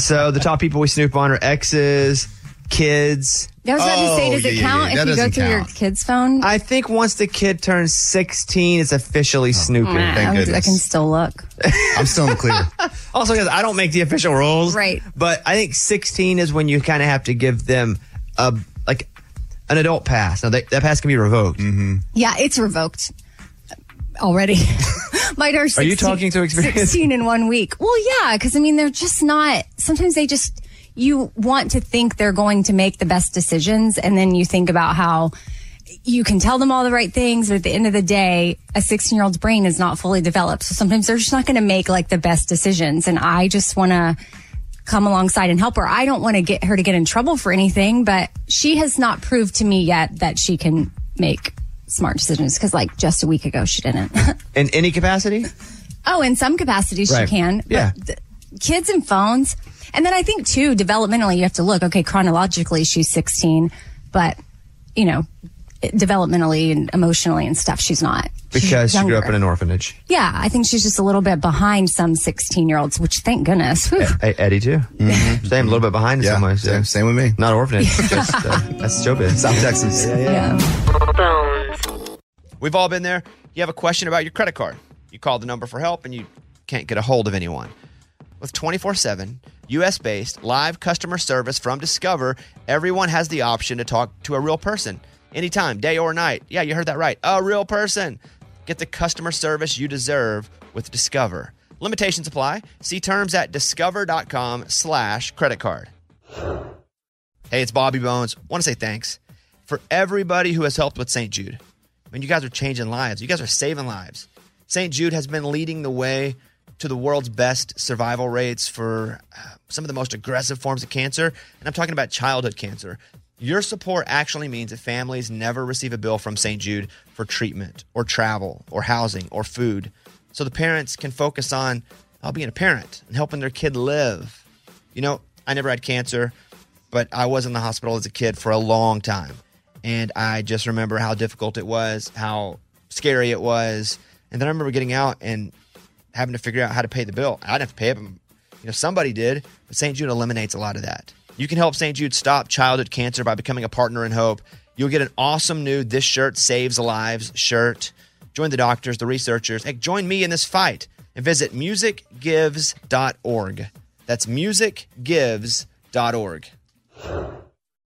[SPEAKER 1] so the top people we snoop on are exes, kids.
[SPEAKER 3] I was about
[SPEAKER 1] Oh,
[SPEAKER 3] to say, does it count if you go through your kid's phone?
[SPEAKER 1] I think once the kid turns 16, it's
[SPEAKER 15] Oh.
[SPEAKER 1] officially snooping.
[SPEAKER 3] Nah, Oh, I, was- I can still look.
[SPEAKER 1] I'm still in the clear. also, because I don't make the official rules.
[SPEAKER 3] Right.
[SPEAKER 1] But I think 16 is when you kind of have to give them a like an adult pass. Now, that that pass can be revoked. Mm-hmm.
[SPEAKER 3] Yeah, it's revoked already. My daughter's
[SPEAKER 1] Are you
[SPEAKER 3] 16
[SPEAKER 1] talking through experience?
[SPEAKER 3] 16 in one week. Well, yeah, because I mean, they're just not, sometimes they just, you want to think they're going to make the best decisions. And then you think about how you can tell them all the right things. But at the end of the day, a 16 year old's brain is not fully developed. So sometimes they're just not going to make like the best decisions. And I just want to, come alongside and help her. I don't want to get her to get in trouble for anything, but she has not proved to me yet that she can make smart decisions because like just a week ago she didn't.
[SPEAKER 1] In any capacity?
[SPEAKER 3] oh, in some capacities
[SPEAKER 1] Right.
[SPEAKER 3] she can. but
[SPEAKER 1] Yeah.
[SPEAKER 3] th- kids and phones. And then I think too, developmentally you have to look, okay, chronologically she's 16, but you know, developmentally and emotionally and stuff, she's not.
[SPEAKER 16] Because she grew up
[SPEAKER 3] younger.
[SPEAKER 16] in an orphanage.
[SPEAKER 3] Yeah, I think she's just a little bit behind some 16 year olds, which thank goodness. Whew.
[SPEAKER 16] Hey, Eddie too. Same, a little bit behind in some ways. Same,
[SPEAKER 6] same with me.
[SPEAKER 16] Not orphanage. just, uh, that's showbiz.
[SPEAKER 6] South Texas.
[SPEAKER 16] Yeah, yeah.
[SPEAKER 1] We've all been there. You have a question about your credit card. You call the number for help and you can't get a hold of anyone. With 24 7 US based live customer service from Discover, everyone has the option to talk to a real person anytime, day or night. Yeah, you heard that right. A real person. Get the customer service you deserve with Discover. Limitations apply. See terms at discover.com slash credit card. Hey, it's Bobby Bones. Want to say thanks for everybody who has helped with St. Jude. I mean, you guys are changing lives. You guys are saving lives. St. Jude has been leading the way to the world's best survival rates for uh, some of the most aggressive forms of cancer. And I'm talking about childhood cancer. Your support actually means that families never receive a bill from St. Jude for treatment or travel or housing or food. So the parents can focus on uh, being a parent and helping their kid live. You know, I never had cancer, but I was in the hospital as a kid for a long time. And I just remember how difficult it was, how scary it was. And then I remember getting out and having to figure out how to pay the bill. I didn't have to pay it, but you know, somebody did. But St. Jude eliminates a lot of that. You can help St. Jude stop childhood cancer by becoming a partner in hope. You'll get an awesome new This Shirt Saves Lives shirt. Join the doctors, the researchers. Hey, join me in this fight and visit musicgives.org. That's musicgives.org.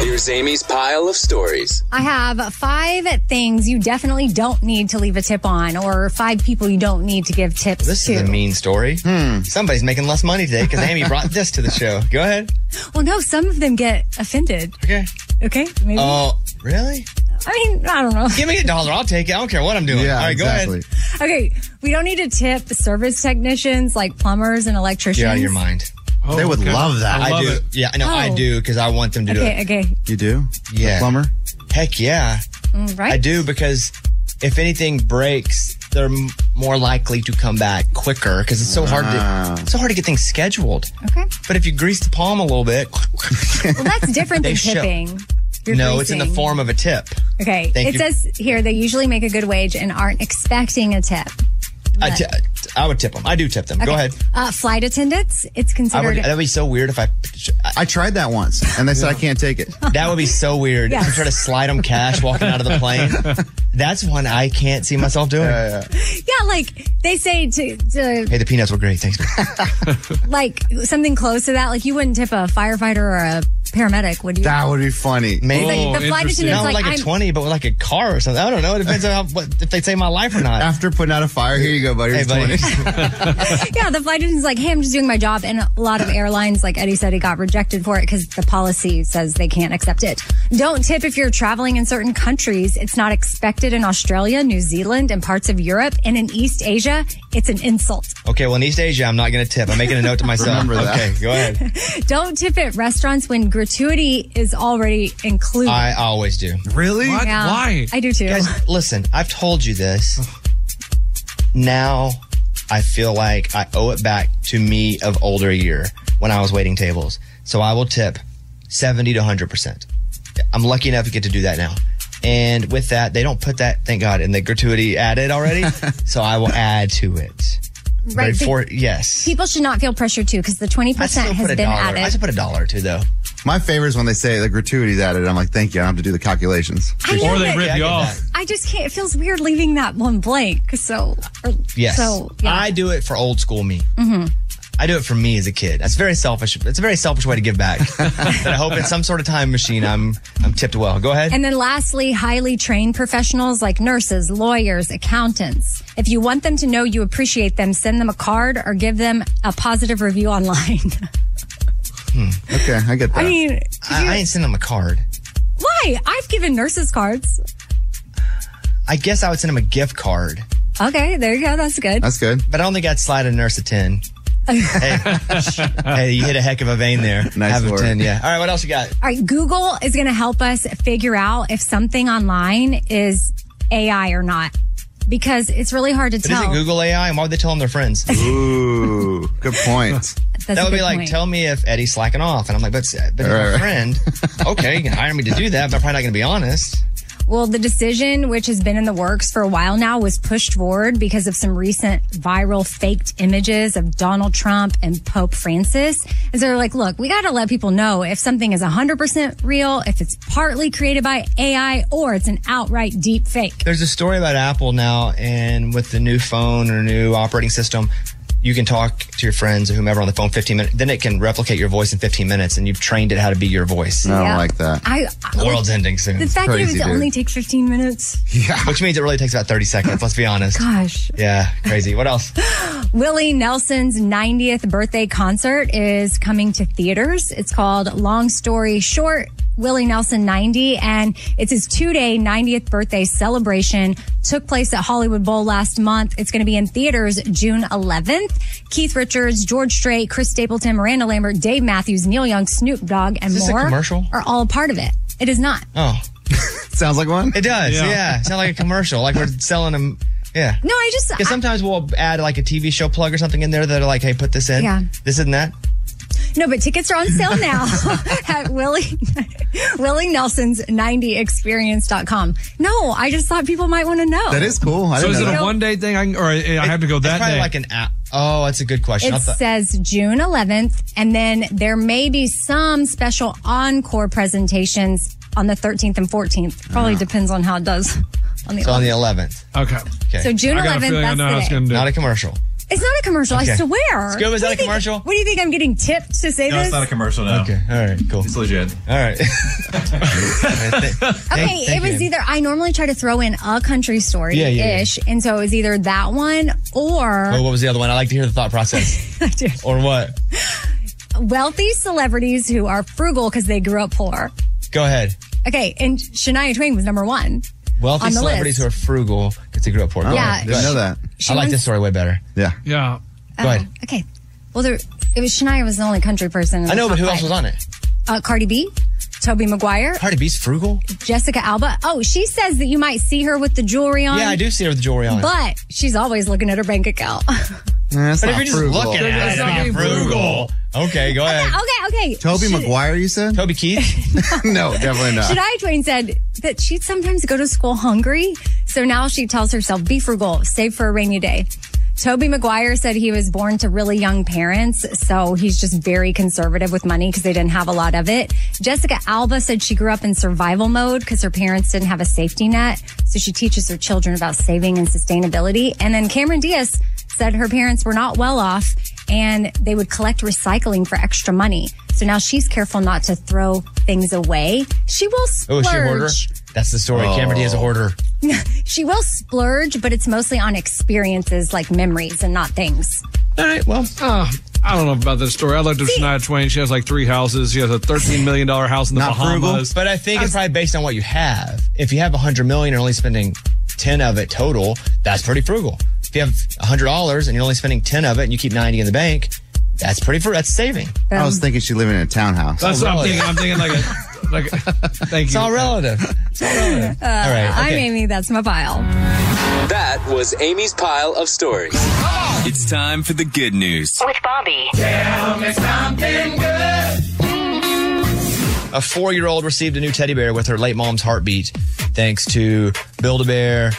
[SPEAKER 5] Here's Amy's pile of stories.
[SPEAKER 3] I have five things you definitely don't need to leave a tip on, or five people you don't need to give tips
[SPEAKER 10] This
[SPEAKER 3] to.
[SPEAKER 10] is a mean story. Hmm. Somebody's making less money today because Amy brought this to the show. Go ahead.
[SPEAKER 3] Well, no, some of them get offended.
[SPEAKER 10] Okay.
[SPEAKER 3] Okay. Maybe.
[SPEAKER 10] Oh, really?
[SPEAKER 3] I mean, I don't know.
[SPEAKER 10] Give me a dollar. I'll take it. I don't care what I'm doing.
[SPEAKER 6] Yeah,
[SPEAKER 10] All right,
[SPEAKER 6] exactly.
[SPEAKER 10] go ahead.
[SPEAKER 3] Okay. We don't need to tip service technicians like plumbers and electricians.
[SPEAKER 10] You're out of your mind.
[SPEAKER 6] They would okay. love that. I
[SPEAKER 10] I,
[SPEAKER 6] love
[SPEAKER 10] do.
[SPEAKER 6] it.
[SPEAKER 10] Yeah, no, I
[SPEAKER 3] Oh.
[SPEAKER 10] do because I want them to do
[SPEAKER 3] Okay.
[SPEAKER 10] it.
[SPEAKER 3] Okay.
[SPEAKER 6] You do?
[SPEAKER 10] Yeah.
[SPEAKER 6] plumber?
[SPEAKER 10] Heck yeah.
[SPEAKER 3] Mm, right.
[SPEAKER 10] I do because if anything breaks, they're m- more likely to come back quicker because it's so hard
[SPEAKER 3] Ah.
[SPEAKER 6] Wow.
[SPEAKER 10] to it's so hard to get things scheduled.
[SPEAKER 3] Okay.
[SPEAKER 10] But if you grease the palm a little bit,
[SPEAKER 3] Well, that's different
[SPEAKER 10] They
[SPEAKER 3] than
[SPEAKER 10] show.
[SPEAKER 3] tipping. You're
[SPEAKER 10] no, it's in the
[SPEAKER 3] greasing.
[SPEAKER 10] form of a tip.
[SPEAKER 3] Okay.
[SPEAKER 10] Thank
[SPEAKER 3] it
[SPEAKER 10] you.
[SPEAKER 3] says here they usually make a good wage and aren't expecting a tip.
[SPEAKER 10] I ti- I would tip them. I do tip them. Go
[SPEAKER 3] Okay.
[SPEAKER 10] ahead.
[SPEAKER 3] Uh, flight attendants, it's
[SPEAKER 10] I would,
[SPEAKER 3] considered.
[SPEAKER 10] that'd be so weird if I.
[SPEAKER 6] I tried that once, and they said I can't take it.
[SPEAKER 10] That would be so weird. If
[SPEAKER 3] Yes.
[SPEAKER 10] you try to slide them cash walking out of the plane, that's one I can't see myself doing.
[SPEAKER 3] yeah, like they say to, to
[SPEAKER 10] Hey, the peanuts were great. Thanks.
[SPEAKER 3] like something close to that. Like you wouldn't tip a firefighter or a paramedic, would you?
[SPEAKER 6] That would be funny.
[SPEAKER 10] Maybe
[SPEAKER 3] It's like the flight interesting. attendant's
[SPEAKER 10] not
[SPEAKER 3] like,
[SPEAKER 10] like, a
[SPEAKER 3] I'm-
[SPEAKER 10] twenty, but with like a car or something. I don't know. It depends on how, what, if they save my life or
[SPEAKER 3] Ah,
[SPEAKER 10] not.
[SPEAKER 6] After putting out a fire, here you go, buddy.
[SPEAKER 10] Hey,
[SPEAKER 6] Here's
[SPEAKER 10] buddy.
[SPEAKER 6] 20.
[SPEAKER 3] yeah, the flight attendant's like, hey, I'm just doing my job. And a lot of airlines, like Eddie said, he got rejected for it because the policy says they can't accept it. Don't tip if you're traveling in certain countries. It's not expected in Australia, New Zealand, and parts of Europe. And in East Asia, it's an insult.
[SPEAKER 10] Okay, well in East Asia, I'm not going to tip. I'm making a note to myself.
[SPEAKER 6] Remember that.
[SPEAKER 10] Okay, go ahead.
[SPEAKER 3] Don't tip at restaurants when gratuity is already included.
[SPEAKER 10] I always do.
[SPEAKER 6] Really?
[SPEAKER 10] What?
[SPEAKER 3] Yeah. I do too.
[SPEAKER 10] Guys, listen. I've told you this. Now, I feel like I owe it back to me of older year when I was waiting tables. So I will tip seventy to hundred percent. I'm lucky enough to get to do that now. And with that, they don't put that, thank God, in the gratuity added already. so I will add to it.
[SPEAKER 3] Right,
[SPEAKER 10] But
[SPEAKER 3] be-
[SPEAKER 10] for- yes.
[SPEAKER 3] People should not feel pressure too because the 20%
[SPEAKER 10] I
[SPEAKER 3] has
[SPEAKER 10] put a
[SPEAKER 3] been
[SPEAKER 10] dollar. I
[SPEAKER 3] added.
[SPEAKER 10] should put a dollar too, though.
[SPEAKER 6] My favorite is when they say the gratuity's added. I'm like, thank you. I don't have to do the calculations.
[SPEAKER 3] I know
[SPEAKER 17] Or they
[SPEAKER 3] that-
[SPEAKER 17] rip you off.
[SPEAKER 3] I just can't. It feels weird leaving that one blank. So, or-
[SPEAKER 10] Yes.
[SPEAKER 3] So, yeah.
[SPEAKER 10] I do it for old school me.
[SPEAKER 3] hmm
[SPEAKER 10] I do it for me as a kid. That's very selfish. It's a very selfish way to give back. but I hope in some sort of time machine, I'm I'm tipped well. Go ahead.
[SPEAKER 3] And then lastly, highly trained professionals like nurses, lawyers, accountants. If you want them to know you appreciate them, send them a card or give them a positive review online.
[SPEAKER 6] Okay, I get that.
[SPEAKER 3] I mean,
[SPEAKER 10] I, I ain't sending them a card.
[SPEAKER 3] Why? I've given nurses cards.
[SPEAKER 1] I guess I would send him a gift card.
[SPEAKER 3] Okay, there you go. That's good.
[SPEAKER 1] good. But I don't think I'd slide a nurse a 10. hey, you hit a heck of a vein there. nice Have
[SPEAKER 6] work.
[SPEAKER 1] a 10, yeah. All right, what else you got?
[SPEAKER 3] All right, Google is going to help us figure out if something online is AI or not because it's really hard to
[SPEAKER 1] But
[SPEAKER 3] tell.
[SPEAKER 1] isn't Google AI? And why would they tell them they're friends? Ooh, good point.
[SPEAKER 3] That's
[SPEAKER 1] that
[SPEAKER 3] a
[SPEAKER 1] would be
[SPEAKER 3] good
[SPEAKER 1] like,
[SPEAKER 3] point.
[SPEAKER 1] tell me if Eddie's slacking off. And I'm like, but, but
[SPEAKER 6] Right,
[SPEAKER 1] you're
[SPEAKER 6] right.
[SPEAKER 1] a friend. okay, you can hire me to do that, but I'm probably not going to be honest.
[SPEAKER 3] Well, the decision, which has been in the works for a while now, was pushed forward because of some recent viral faked images of Donald Trump and Pope Francis. And so they're like, look, we got to let people know if something is 100% real, if it's partly created by AI, or it's an outright deep fake.
[SPEAKER 1] There's a story about Apple now, and with the new phone or new operating system, you can talk to your friends or whomever on the phone 15 minutes. Then it can replicate your voice in 15 minutes, and you've trained it how to be your voice.
[SPEAKER 3] I don't Yeah. like
[SPEAKER 1] that.
[SPEAKER 3] I, I-
[SPEAKER 1] World's ending soon.
[SPEAKER 3] The fact that it was only takes 15 minutes.
[SPEAKER 1] yeah. Which means it really takes about 30 seconds, let's be honest.
[SPEAKER 3] Gosh.
[SPEAKER 1] Yeah, crazy. What else?
[SPEAKER 3] Willie Nelson's 90th birthday concert is coming to theaters. It's called Long Story Short. Willie Nelson 90, and it's his two day 90th birthday celebration. Took place at Hollywood Bowl last month. It's going to be in theaters June 11th. Keith Richards, George Strait, Chris Stapleton, Miranda Lambert, Dave Matthews, Neil Young, Snoop Dogg, and
[SPEAKER 1] Is this a
[SPEAKER 3] more
[SPEAKER 1] commercial?
[SPEAKER 3] are all a part of it. It is not.
[SPEAKER 1] Oh. Sounds like one? It does,
[SPEAKER 3] Yeah.
[SPEAKER 1] yeah. Sound like a commercial. Like we're selling them. Yeah.
[SPEAKER 3] No, I just.
[SPEAKER 1] Because sometimes we'll add like a TV show plug or something in there that are like, hey, put this in.
[SPEAKER 3] Yeah.
[SPEAKER 1] This isn't that.
[SPEAKER 3] No, but tickets are on sale now at Willie, Willie Nelson's 90experience.com. No, I just thought people might want to know.
[SPEAKER 7] so is it
[SPEAKER 3] You
[SPEAKER 7] a
[SPEAKER 3] know,
[SPEAKER 7] one day thing? I can, or I, I have to go that
[SPEAKER 1] probably
[SPEAKER 7] day.
[SPEAKER 1] like an app. Oh, that's a good question.
[SPEAKER 3] It says June 11th, and then there may be some special encore presentations on the 13th and 14th. Probably
[SPEAKER 1] Ah.
[SPEAKER 3] depends on how it does on the
[SPEAKER 1] so on the 11th. Okay. okay.
[SPEAKER 3] So June I got a 11th, feeling I that's know the how it's day. gonna do.
[SPEAKER 1] Not a commercial.
[SPEAKER 3] It's not a commercial, I
[SPEAKER 1] Okay.
[SPEAKER 3] swear.
[SPEAKER 1] Scuba, is
[SPEAKER 3] What
[SPEAKER 1] that a
[SPEAKER 3] do you think-
[SPEAKER 1] commercial?
[SPEAKER 3] What do you think? I'm getting tipped to say this?
[SPEAKER 1] commercial now. Okay. All right. Cool. Oh. It's legit. All right.
[SPEAKER 3] Okay,
[SPEAKER 1] Thank- thank
[SPEAKER 3] it was
[SPEAKER 1] you.
[SPEAKER 3] either I normally try to throw in a country story
[SPEAKER 1] Yeah, yeah, yeah.
[SPEAKER 3] ish, and so it was either that one or
[SPEAKER 1] Well, what was the other one? I like to hear the thought process. or what?
[SPEAKER 3] wealthy celebrities who are frugal because they grew up poor.
[SPEAKER 1] Go ahead.
[SPEAKER 3] Okay, and Shania Twain was number one.
[SPEAKER 1] Wealthy
[SPEAKER 3] On the
[SPEAKER 1] celebrities
[SPEAKER 3] list.
[SPEAKER 1] who are frugal because they grew up poor.
[SPEAKER 3] Oh, Yeah. didn't know that.
[SPEAKER 1] I like
[SPEAKER 3] She
[SPEAKER 1] this story way better.
[SPEAKER 6] Eh,
[SPEAKER 1] Yeah. Yeah. Go ahead.
[SPEAKER 3] Oh, okay. Well, there, it was Shania was the only country person. in the
[SPEAKER 1] I know, but
[SPEAKER 3] top
[SPEAKER 1] who
[SPEAKER 3] five.
[SPEAKER 1] else was on it?
[SPEAKER 3] Uh, Cardi B, Toby Maguire,
[SPEAKER 1] Cardi B's frugal.
[SPEAKER 3] Jessica Alba. Oh, she says that you might see her with the jewelry on.
[SPEAKER 1] Yeah, I do see her with the jewelry on.
[SPEAKER 3] Um, But she's always looking at her bank account.
[SPEAKER 1] but if
[SPEAKER 6] not
[SPEAKER 1] you're just
[SPEAKER 6] frugal.
[SPEAKER 1] looking
[SPEAKER 6] That
[SPEAKER 1] at
[SPEAKER 6] does
[SPEAKER 1] it,
[SPEAKER 6] not
[SPEAKER 1] I mean,
[SPEAKER 6] mean
[SPEAKER 1] frugal. Okay, go ahead.
[SPEAKER 3] okay, okay.
[SPEAKER 6] Toby
[SPEAKER 3] Sh-
[SPEAKER 6] Maguire, you said?
[SPEAKER 1] Toby Keith?
[SPEAKER 6] no, definitely not.
[SPEAKER 3] Shania Twain said that she'd sometimes go to school hungry, so now she tells herself, be frugal, save for a rainy day. Toby Maguire said he was born to really young parents, so he's just very conservative with money because they didn't have a lot of it. Jessica Alba said she grew up in survival mode because her parents didn't have a safety net, so she teaches her children about saving and sustainability. And then Cameron Diaz said her parents were not well off and they would collect recycling for extra money. So now she's careful not to throw things away. She will
[SPEAKER 1] Oh,
[SPEAKER 3] splurge.
[SPEAKER 1] is she a hoarder? That's the story. Cameron Diaz is a hoarder.
[SPEAKER 3] She will splurge, but it's mostly on experiences like memories and not things.
[SPEAKER 7] All right. Well, uh, I don't know about this story. I looked at Shania Twain. She has like three houses. She has a $13 million house in the Bahamas.
[SPEAKER 1] but I think it's probably based on what you have. If you have 100 million and only spending 10 of it total, that's pretty frugal. If you have 100 dollars and you're only spending 10 of it and you keep 90 in the bank, that's pretty frugal. That's saving.
[SPEAKER 6] I was thinking she living in a townhouse.
[SPEAKER 3] Oh,
[SPEAKER 7] That's what I'm thinking. I'm thinking like a. Like, a- thank
[SPEAKER 1] It's all relative.
[SPEAKER 3] Uh, I'm Amy. That's my pile.
[SPEAKER 11] That was Amy's pile of stories. It's time for the good news.
[SPEAKER 5] With Bobby.
[SPEAKER 18] Tell me something good.
[SPEAKER 1] A four year old received a new teddy bear with her late mom's heartbeat thanks to Build a Bear,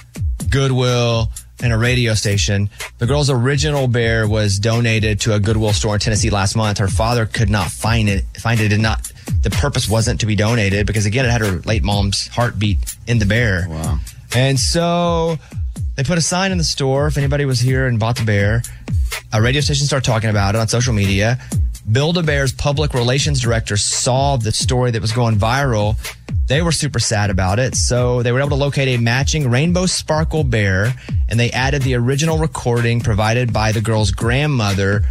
[SPEAKER 1] Goodwill, and a radio station. The girl's original bear was donated to a Goodwill store in Tennessee last month. Her father could not find it, find it, and not, the purpose wasn't to be donated because again, it had her late mom's heartbeat in the bear. Wow. And so they put a sign in the store if anybody was here and bought the bear. A radio station started talking about it on social media. Build a Bear's public relations director saw the story that was going viral. They were super sad about it. So they were able to locate a matching rainbow sparkle bear and they added the original recording provided by the girl's grandmother,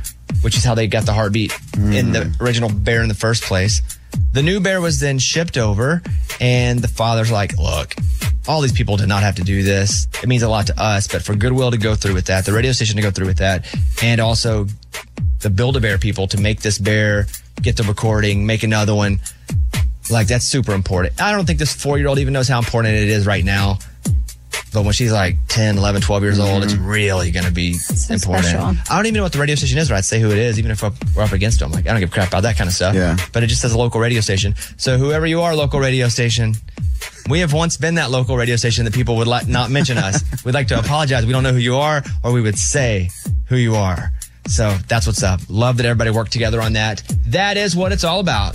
[SPEAKER 1] which is how they got the heartbeat in the original bear in the first place. The new bear was then shipped over, and the father's like, Look, all these people did not have to do this. It means a lot to us, but for Goodwill to go through with that, the radio station to go through with that, and also the Build a Bear people to make this bear, get the recording, make another one. Like, that's super important. I don't think this four year old even knows how important it is right now. But when she's like 10, 11, 12 years old, it's really going to be important.
[SPEAKER 19] special.
[SPEAKER 1] I don't even know what the radio station is, but I'd say who it is, even if we're up against them. Like, I don't give a crap about that kind of stuff. Yeah. But it just says a local radio station. So, whoever you are, local radio station, we have once been that local radio station that people would li- not mention us. We'd like to apologize. We don't know who you are, or we would say who you are. So, that's what's up. Love that everybody worked together on that. That is what it's all about.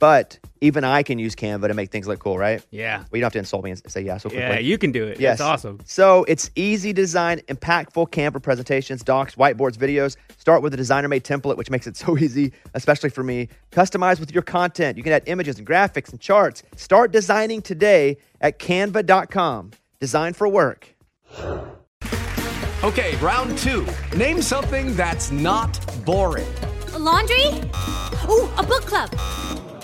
[SPEAKER 20] But even I can use Canva to make things look cool, right?
[SPEAKER 2] Yeah.
[SPEAKER 20] Well, you don't have to insult me and say yeah so quickly.
[SPEAKER 2] Yeah, you can do it.
[SPEAKER 20] Yes.
[SPEAKER 2] It's awesome.
[SPEAKER 20] So it's easy design, impactful Canva presentations, docs, whiteboards, videos. Start with a designer made template, which makes it so easy, especially for me. Customize with your content. You can add images and graphics and charts. Start designing today at canva.com. Design for work.
[SPEAKER 21] Okay, round two. Name something that's not boring.
[SPEAKER 14] A laundry? Ooh, a book club.